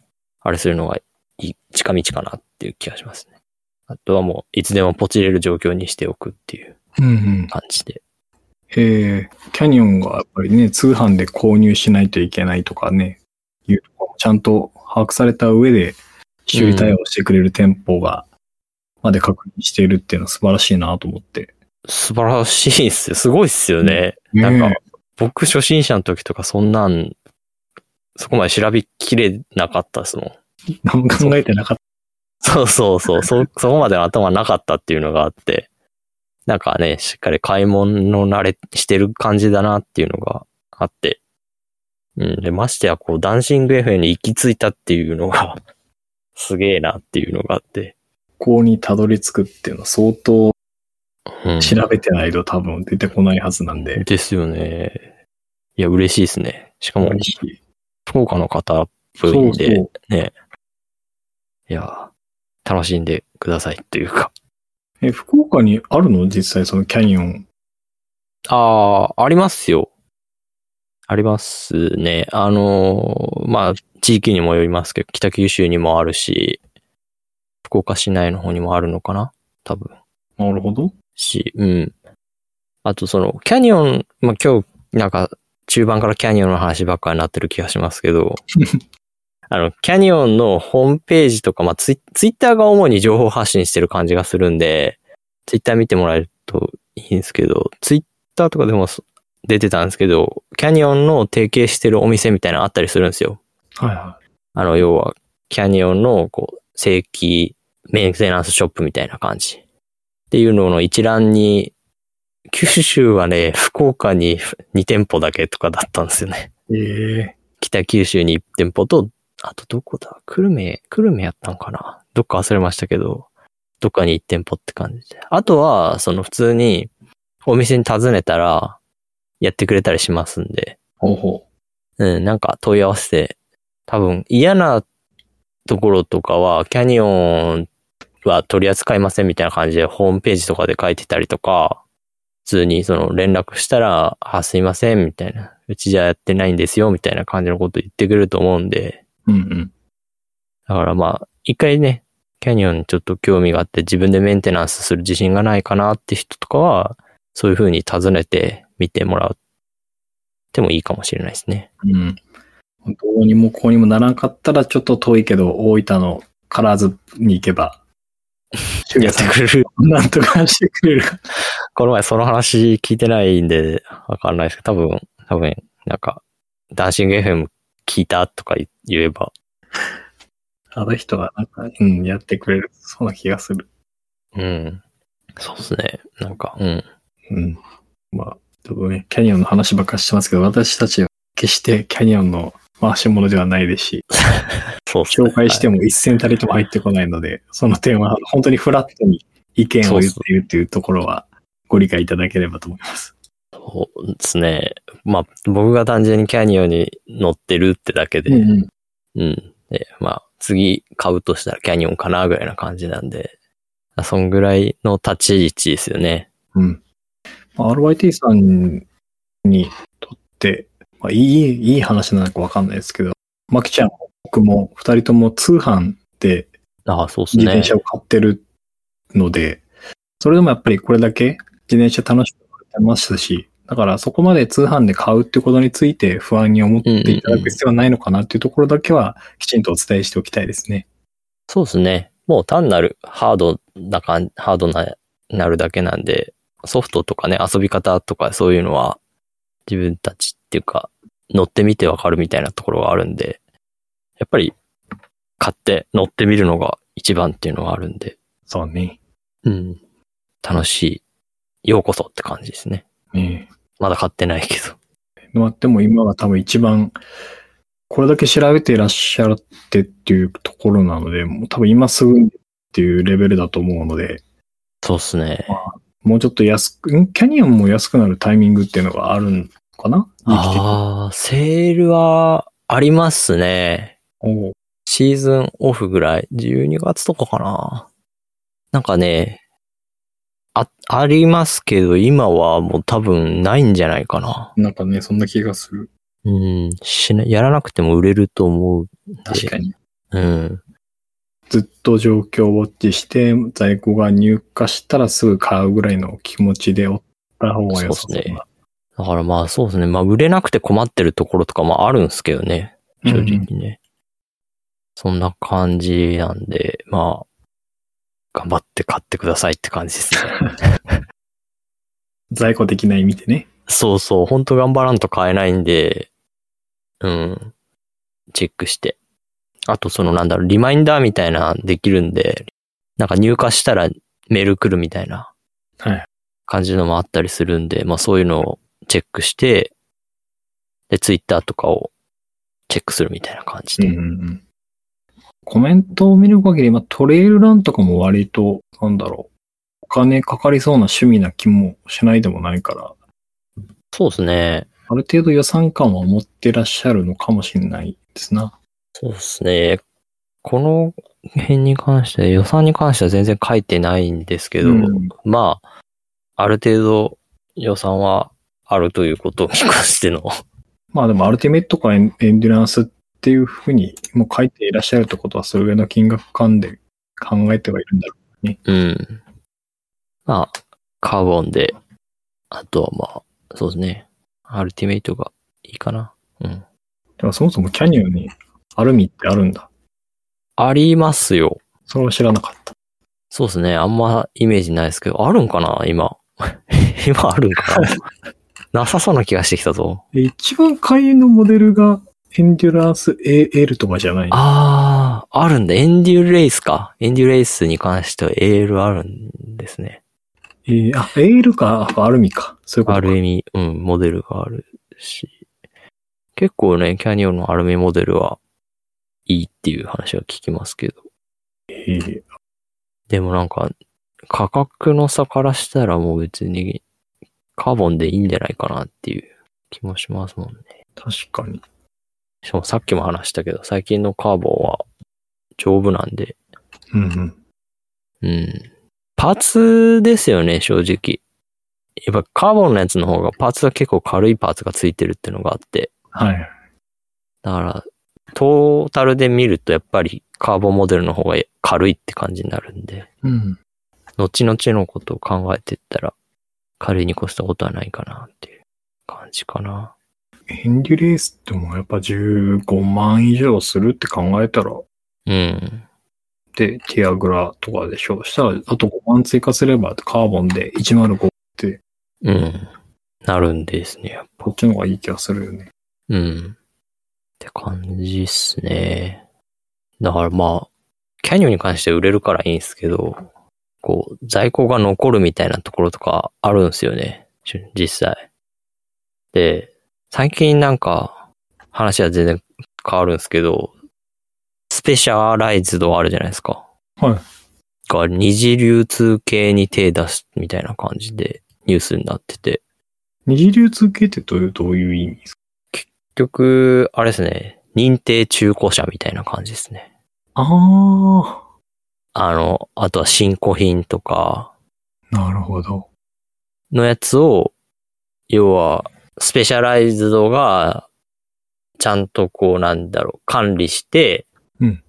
あれするのがいい、近道かなっていう気がしますね。あとはもう、いつでもポチれる状況にしておくっていう
うんうん。
感じで。
えー、キャニオンがやっぱりね、通販で購入しないといけないとかね、いうところもちゃんと把握された上で、修理対応してくれる店舗が、まで確認しているっていうのは素晴らしいなと思って。
素晴らしいっすよ。すごいっすよね。
ねえ
なんか、僕初心者の時とかそんなん、そこまで調べきれなかったですもん。
何も考えてなかっ
そうそうそう。
<laughs>
そ、そこまでの頭なかったっていうのがあって、なんかね、しっかり買い物慣れしてる感じだなっていうのがあって。うん。で、ましてや、こう、ダンシング FM に行き着いたっていうのが、 <laughs> すげえなっていうのがあって。
た。ここにたどり着くっていうのは相当
うん。
調べてないと多分出てこないはずなんで、
ですよね。いや、嬉しいですね。しかも、
嬉しい。
福岡の方っぽい
そ
ん
う
で、
そう。
いや、楽しんでくださいっていうか。
え、福岡にあるの実際そのキャニオン。
ああ、ありますよ。ありますね。あのー、まあ、地域にもよりますけど、北九州にもあるし、福岡市内の方にもあるのかな多分。
なるほど。
し、うん。あとその、キャニオン、まあ、今日、なんか、中盤からキャニオンの話ばっかりになってる気がしますけど、あの、キャニオンのホームページとか、まあツイ、ツイッターが主に情報発信してる感じがするんで、ツイッター見てもらえるといいんですけど、ツイッターとかでもそ出てたんですけど、キャニオンの提携してるお店みたいなのあったりするんですよ。
はいは
あの、要は、キャニオンの、こう、正規メンテナンスショップみたいな感じ。っていうのの一覧に、九州はね、福岡に2店舗だけとかだったんですよね。
い。ええ
北九州に1店舗と、あとどこだ久留米、久留米やったんかなどっか忘れましたけど、どっかに1店舗って感じで。あとは、その普通に、お店に訪ねたら、やってくれたりしますんで。
ほうほ
うん、なんか問い合わせて、多分嫌なところとかは、キャニオンは取り扱いませんみたいな感じでホームページとかで書いてたりとか、普通にその連絡したら、あ、すいません、みたいな。うちじゃやってないんですよ、みたいな感じのこと言ってくれると思うんで。
うんうん。
だからまあ、一回ね、キャニオンにちょっと興味があって自分でメンテナンスする自信がないかなって人とかは、そういう風に尋ねて見てもらってもいいかもしれないですね。
うん。どうにもこうにもならんかったら、ちょっと遠いけど、大分のカラーズに行けば、修
や
也
っ
さ
て
ん、
くれる。
なんとかしてくれるか。
この前その話聞いてないんで、わかんないですけど、多分、多分、なんか、ダンシング FM 聞いたとか言えば、
あの人は、なんか、うん、やってくれる。そうな気がする。
うん。そうですね。なんか、うん。
うん。まあ、ちょっとね、キャニオンの話ばっかりしてますけど、私たちは決してキャニオンの回し物ではないですし、
そうっすね。
紹介しても一銭たりとも入ってこないので、その点は本当にフラットに意見を言っているというところは、ご理解いただければと思います。
そうですね。まあ、僕が単純にキャニオンに乗ってるってだけで、
うんうん。
うん。で、まあ、次買うとしたらキャニオンかなぐらいな感じなんで、そんぐらいの立ち位置ですよね。
うん。まあ RYT さんにとって、まあ、いい、いい話なのかわかんないですけど、マキちゃんも僕も二人とも通販で
ああ、そうです
自
ね
転。車を買ってるので、それでもやっぱりこれだけ自転車楽しくやってますし、だからそこまで通販で買うってことについて不安に思っていただく必要はないのかなっていうところだけはきちんとお伝えしておきたいですね。
そうですね。もう単なるハードな感じ、ハードな、なるだけなんで、ソフトとかね、遊び方とかそういうのは、自分たちっていうか、乗ってみてわかるみたいなところがあるんで、やっぱり、買って乗ってみるのが一番っていうのがあるんで、
そうね。
うん。楽しい。ようこそって感じですね。
ね
まだ買ってないけど。
えまあでも今が多分一番、これだけ調べていらっしゃってっていうところなので、もう多分今すぐにっていうレベルだと思うので、
そうっすね。
もうちょっと安く、んキャニオンも安くなるタイミングっていうのがあるのかな
ああ、セールはありますね。
あ。おう
シーズンオフぐらい。12月とかかな。なんかね、あ、ありますけど、今はもう多分ないんじゃないかな。
なんかね、そんな気がする。
うん。しな、やらなくても売れると思う。確か
に。
うん。
ずっと状況をウォッチして、在庫が入荷したらすぐ買うぐらいの気持ちでおった方が良さそ
そ
う
う
な
っすねだからまあそうですね。まあ売れなくて困ってるところとかもあるんですけどね。正直
うん
ね。そんな感じなんで、まあ、頑張って買ってくださいって感じですね。
在庫できない見てね。
そうそう、ほんと頑張らんと買えないんで、うん、チェックして。あと、そのなんだろう、リマインダーみたいなできるんで、なんか入荷したらメール来るみたいな
はい。
感じのもあったりするんで、まあそういうのをチェックして、で、ツイッターとかをチェックするみたいな感じ
うん
で。
うんうん。コメントを見る限り、まあ、トレイルランとかも割と、なんだろう。お金かかりそうな趣味な気もしないでもないから、
そうですね。
ある程度予算感は持ってらっしゃるのかもしれないですな。
そうですね。この辺に関して、予算に関しては全然書いてないんですけど、
うん
まあ、ある程度予算はあるということを見越しての。
まあでもアルティメットかエンエンデュランスっていうふうにもう書いていらっしゃるってことはそれぐらいの金額感で考えてはいるんだろ
うん。まあ、カーボンで、あとはまあ、そうですね。アルティメイトがいいかな。うん。
う。でもそもそもキャニオンにアルミってあるんだ。
ありますよ。
それは知らなかった。
そうですね。あんまイメージないですけど、あるんかな今。 <laughs> 今あるんかななさそうな気がしてきたぞ。
で一番買いのモデルがエンデュランス AL とかじゃない
ああ、あるんだ。エンデュレースか。エンデュレースに関しては AL あるんですね。
えーあ、AL か、あアルミか。そういうこと
あ
か。
る意味、うん、モデルがあるし。結構ね、キャニオンのアルミモデルはいいっていう話は聞きますけど。
えー
でもなんか、価格の差からしたらもう別にカーボンでいいんじゃないかなっていう気もしますもんね。
確かに。
しかもさっきも話したけど、最近のカーボンは丈夫なんで、
うんうん。
うん。パーツですよね、正直。やっぱカーボンのやつの方がパーツが結構軽いパーツがついてるっていうのがあって、
はい。
だから、トータルで見るとやっぱりカーボンモデルの方が軽いって感じになるんで、
うん。
後々のことを考えてったら、軽いに越したことはないかなっていう感じかな。
ヘンリュレースってもやっぱ15万以上するって考えたら、
うん。
で、ティアグラとかでしょ。したら、あと5万追加すれば、カーボンで105、
うん。なるんですね。
こっちの方がいい気がするよね。
うん。って感じっすね。だからまあ、キャニオンに関しては売れるからいいんですけど、こう、在庫が残るみたいなところとかあるんですよね。し実際。で、最近なんか、話は全然変わるんですけど、スペシャライズドあるじゃないですか。
はい。
が二次流通系に手出すみたいな感じでニュースになってて。
二次流通系ってどういう、どういう意味ですか
結局、あれですね、認定中古車みたいな感じですね。
あ
あの、あとは新古品とか
ー、なるほど。
のやつを、要は、スペシャライズドが、ちゃんとこう、なんだろう、管理して、
うん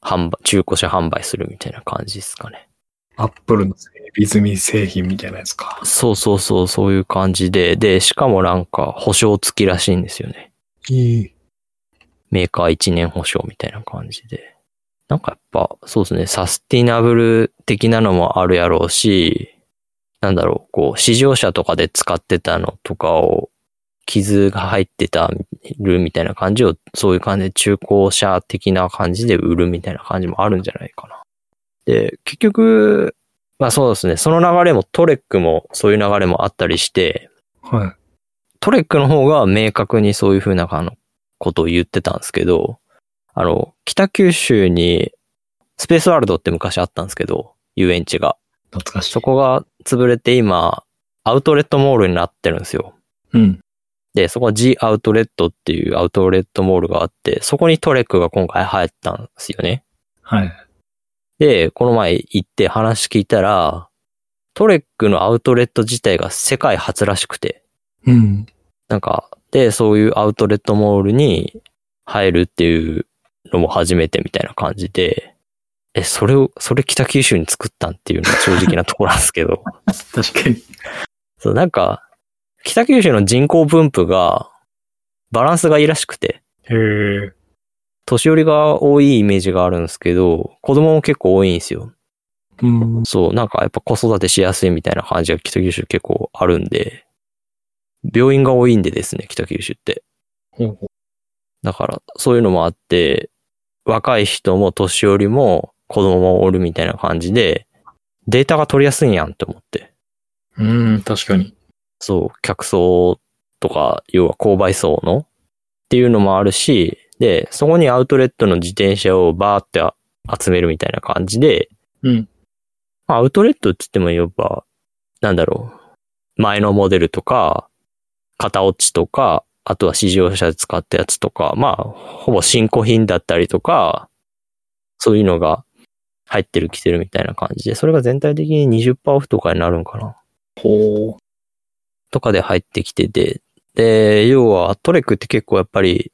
販売、中古車販売するみたいな感じですかね。
アップルの整備済み製品みたいなやつか。
そうそうそう、そういう感じで、で、しかもなんか、保証付きらしいんですよね。
いい。
メーカー1年保証みたいな感じで。なんかやっぱ、そうですね、サスティナブル的なのもあるやろうし、なんだろう、こう、試乗車とかで使ってたのとかを、傷が入ってたるみたいな感じを、そういう感じで中古車的な感じで売るみたいな感じもあるんじゃないかな。で、結局、まあそうですね、その流れもトレックもそういう流れもあったりして、
はい。
トレックの方が明確にそういう風なあのことを言ってたんですけど、あの、北九州にスペースワールドって昔あったんですけど、遊園地が。
懐かしい。
そ。こが潰れて今、アウトレットモールになってるんですよ。
うん。
で、そこは G アウトレットっていうアウトレットモールがあって、そこにトレックが今回入ったんですよね。
はい。
で、この前行って話聞いたら、トレックのアウトレット自体が世界初らしくて、
うん。
なんか、で、そういうアウトレットモールに入るっていうのも初めてみたいな感じで、え、それを、それ北九州に作ったんっていうのは正直なところなんですけど、
<laughs> 確かに。
そう、なんか、北九州の人口分布が、バランスがいいらしくて、
へえ。
年寄りが多いイメージがあるんですけど、子供も結構多いんですよ。
うん。
そう、なんかやっぱ子育てしやすいみたいな感じが北九州結構あるんで、病院が多いんでですね、北九州って。
ほうほう
だから、そういうのもあって、若い人も年寄りも子供もおるみたいな感じで、データが取りやすいんやんって思って。
うん、確かに。
そう、客層とか、要は購買層のっていうのもあるし、で、そこにアウトレットの自転車をバーって集めるみたいな感じで、
うん。
まあアウトレットって言ってもやっぱ、なんだろう。前のモデルとか、型落ちとか、あとは試乗車で使ったやつとか、まあ、ほぼ新古品だったりとか、そういうのが入ってる、きてるみたいな感じで、それが全体的に20%オフとかになるんかな。
ほ
とかで入ってきてて、で、要はトレックって結構やっぱり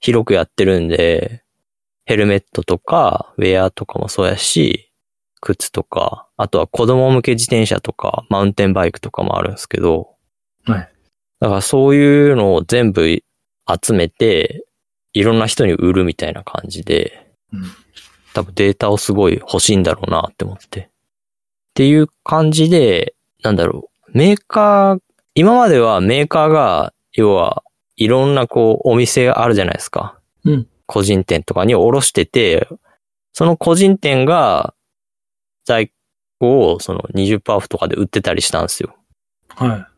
広くやってるんで、ヘルメットとか、ウェアとかもそうやし、靴とか、あとは子供向け自転車とか、マウンテンバイクとかもあるんですけど、
はい。
だからそういうのを全部集めて、いろんな人に売るみたいな感じで、
うん
多分データをすごい欲しいんだろうなって思って。っていう感じで、なんだろう、メーカー、今まではメーカーが、要はいろんなこうお店あるじゃないですか。
うん
個人店とかに卸してて、その個人店が在庫をその20%オフとかで売ってたりしたんですよ。
う。は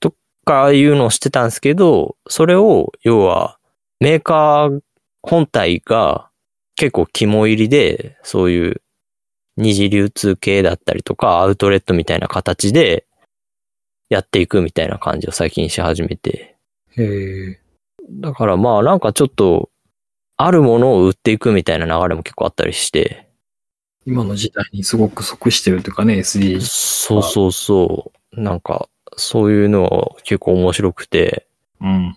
とかいうのをしてたんですけど、それを、要は、メーカー本体が結構肝入りで、そういう二次流通系だったりとか、アウトレットみたいな形でやっていくみたいな感じを最近し始めて。
い。へえ。
だからまあなんかちょっと、あるものを売っていくみたいな流れも結構あったりして、
今の時代にすごく即してるというかね、SD。
そうそうそう。なんか、そういうのは結構面白くて、
うん。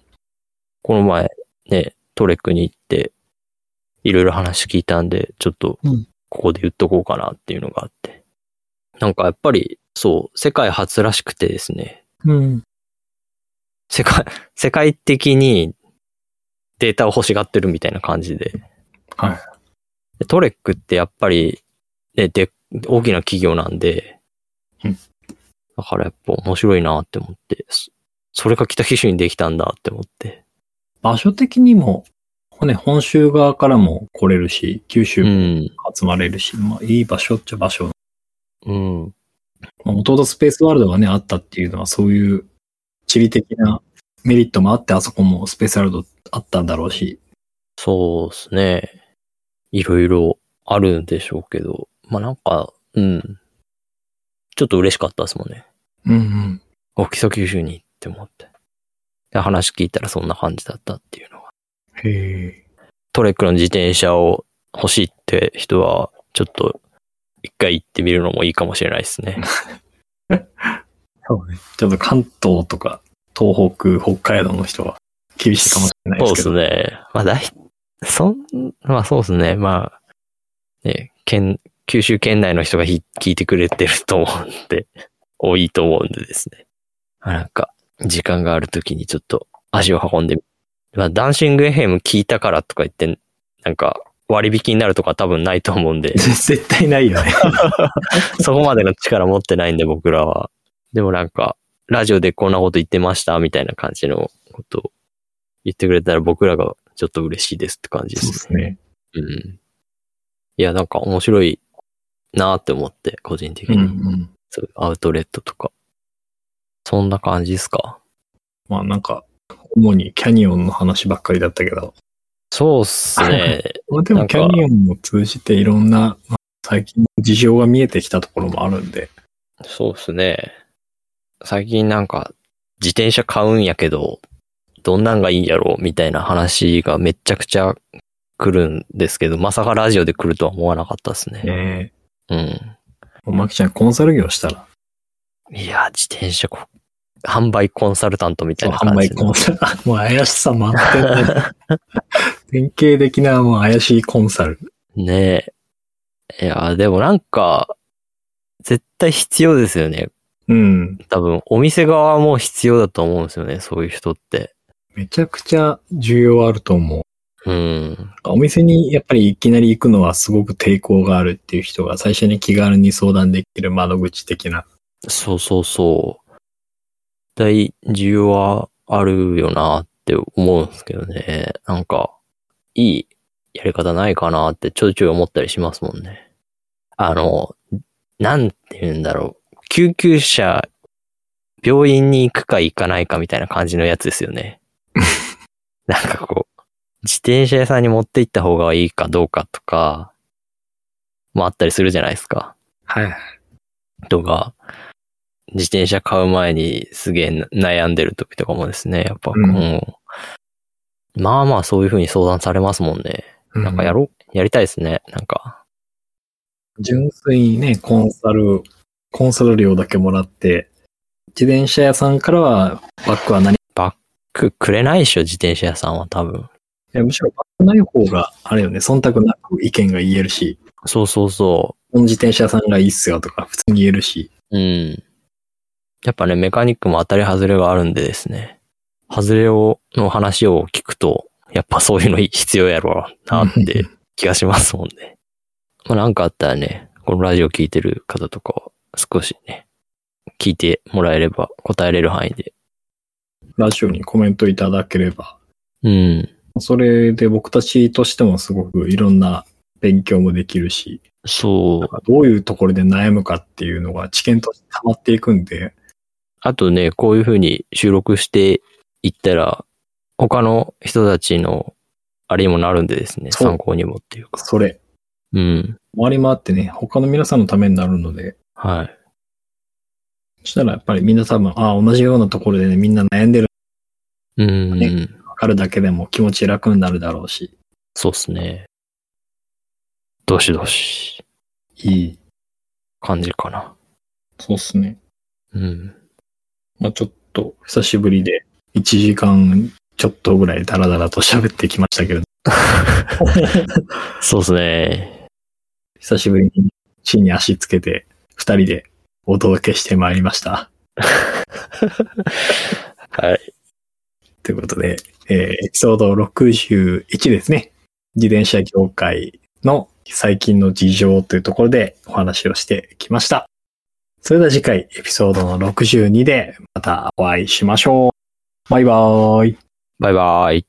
この前ね、トレックに行って、いろいろ話聞いたんで、ちょっと
うん、
ここで言っとこうかなっていうのがあって。なんかやっぱり、そう、世界初らしくてですね、
うん。
世界、 <laughs> 世界的にデータを欲しがってるみたいな感じで。
はい
でトレックってやっぱり、ね、で、大きな企業なんで
うん、
だからやっぱ面白いなって思って、そそれが北機種にできたんだって思って。
場所的にも、ね、本州側からも来れるし、九州
う
も
ん。
集まれるし、まあ、いい場所っちゃ場所。
うん。
まあ、弟スペースワールドがね、あったっていうのは、そういう地理的なメリットもあって、あそこもスペースワールドあったんだろうし、
そうですね。いろいろあるんでしょうけど、まあなんか、うん。ちょっと嬉しかったですもんね。
うんうん。
お、基礎九州にって思って。で、話聞いたらそんな感じだったっていうのが。
へえ。
トレックの自転車を欲しいって人は、ちょっと、一回行ってみるのもいいかもしれないですね。
そうね。ちょっと関東とか、東北、北海道の人は厳しいかもしれないで
そう
す
で
け
す
ど。、
ね。まあ、だい、そん、まあそうですね。まあ、ね、県、九州県内の人がひ聞いてくれてると思うんで、 <laughs> 多いと思うんでですね。まあなんか、時間があるときにちょっと足を運んでみまあ、ダンシングエヘム聞いたからとか言って、なんか、割引になるとか多分ないと思うんで
<laughs> 絶対ないよね。
そこまでの力持ってないんで僕らは。でもなんか、ラジオでこんなこと言ってましたみたいな感じのことを言ってくれたら僕らがちょっと嬉しいですって感じです
そうですね。
うん。いや、なんか面白いなーって思って、個人的
うん
に。
うん。
そういうアウトレットとか。そんな感じですか
まあなんか、主にキャニオンの話ばっかりだったけど、
そうっす <laughs> ね。
まあでも
なん
キ
か
ャニオンを通じていろんな、まあ最近の事情が見えてきたところもあるんで、
そうっすね。最近なんか、自転車買うんやけど、どんなんがいいんやろうみたいな話がめっちゃくちゃ来るんですけど、まさかラジオで来るとは思わなかったですね。
ね
うん。
え、マキちゃんコンサル業したら、
いや、自転車こ、販売コンサルタントみたいな
販
感
売
じ
コンサル、 <laughs> もう怪しさ満点で
<laughs>
典型的なもう怪しいコンサル。
ねえ。いや、でもなんか、絶対必要ですよね。
うん。
多分、お店側も必要だと思うんですよね、そういう人って。
めちゃくちゃ重要あると思う。
うん。
お店にやっぱりいきなり行くのはすごく抵抗があるっていう人が最初に気軽に相談できる窓口的な。
そうそうそう。絶対、需要はあるよなって思うんですけどね。なんか、いいやり方ないかなってちょいちょい思ったりしますもんね。あの、なんて言うんだろう。救急車、病院に行くか行かないかみたいな感じのやつですよね。なんかこう、自転車屋さんに持って行った方がいいかどうかとか、もあったりするじゃないですか。
はい。
とか、自転車買う前にすげえ悩んでる時とかもですね、やっぱこう、
うん
まあまあそういう風に相談されますもんね。なんかやろう、やりたいですね、なんか。
純粋にね、コンサル、コンサル料だけもらって、自転車屋さんからはバックは何
く、くれないでしょ、自転車屋さんは多分。
いやむしろバックない方が、あれよね、忖度なく意見が言えるし、
そうそうそ
この自転車屋さんがいいっすよとか普通に言えるし、
う。うん。やっぱね、メカニックも当たり外れがあるんでですね。外れを、の話を聞くと、やっぱそういうの必要やろうなって気がしますもんね。まあなんかあったらね、このラジオ聞いてる方とかは少しね、聞いてもらえれば答えれる範囲で。
ラジオにコメントいただければ、
うん。
それで僕たちとしてもすごくいろんな勉強もできるし、
そ
なん
う。
かどういうところで悩むかっていうのが知見として溜まっていくんで、
あとね、こういう風に収録していったら、他の人たちのあれにもなるんでですね、
そう
参考にもっていうか。
それ、
うん。
回り回ってね、他の皆さんのためになるので、
はい。
そしたらやっぱりみんな多分、ああ、同じようなところでね、みんな悩んでる
うん。
ねわかるだけでも気持ち楽になるだろうし、
そうっすね。どしどし、
いい。
感じかな。
そうっすね。
うん。
まあちょっと久しぶりで1時間ちょっとぐらいダラダラと喋ってきましたけれど、
そうですね。
久しぶりに地に足つけて2人でお届けしてまいりました。
はい。
ということで、えーエピソード61ですね。自転車業界の最近の事情というところでお話をしてきました。それでは次回エピソードの62でまたお会いしましょう。バイバーイ。
バイバイ。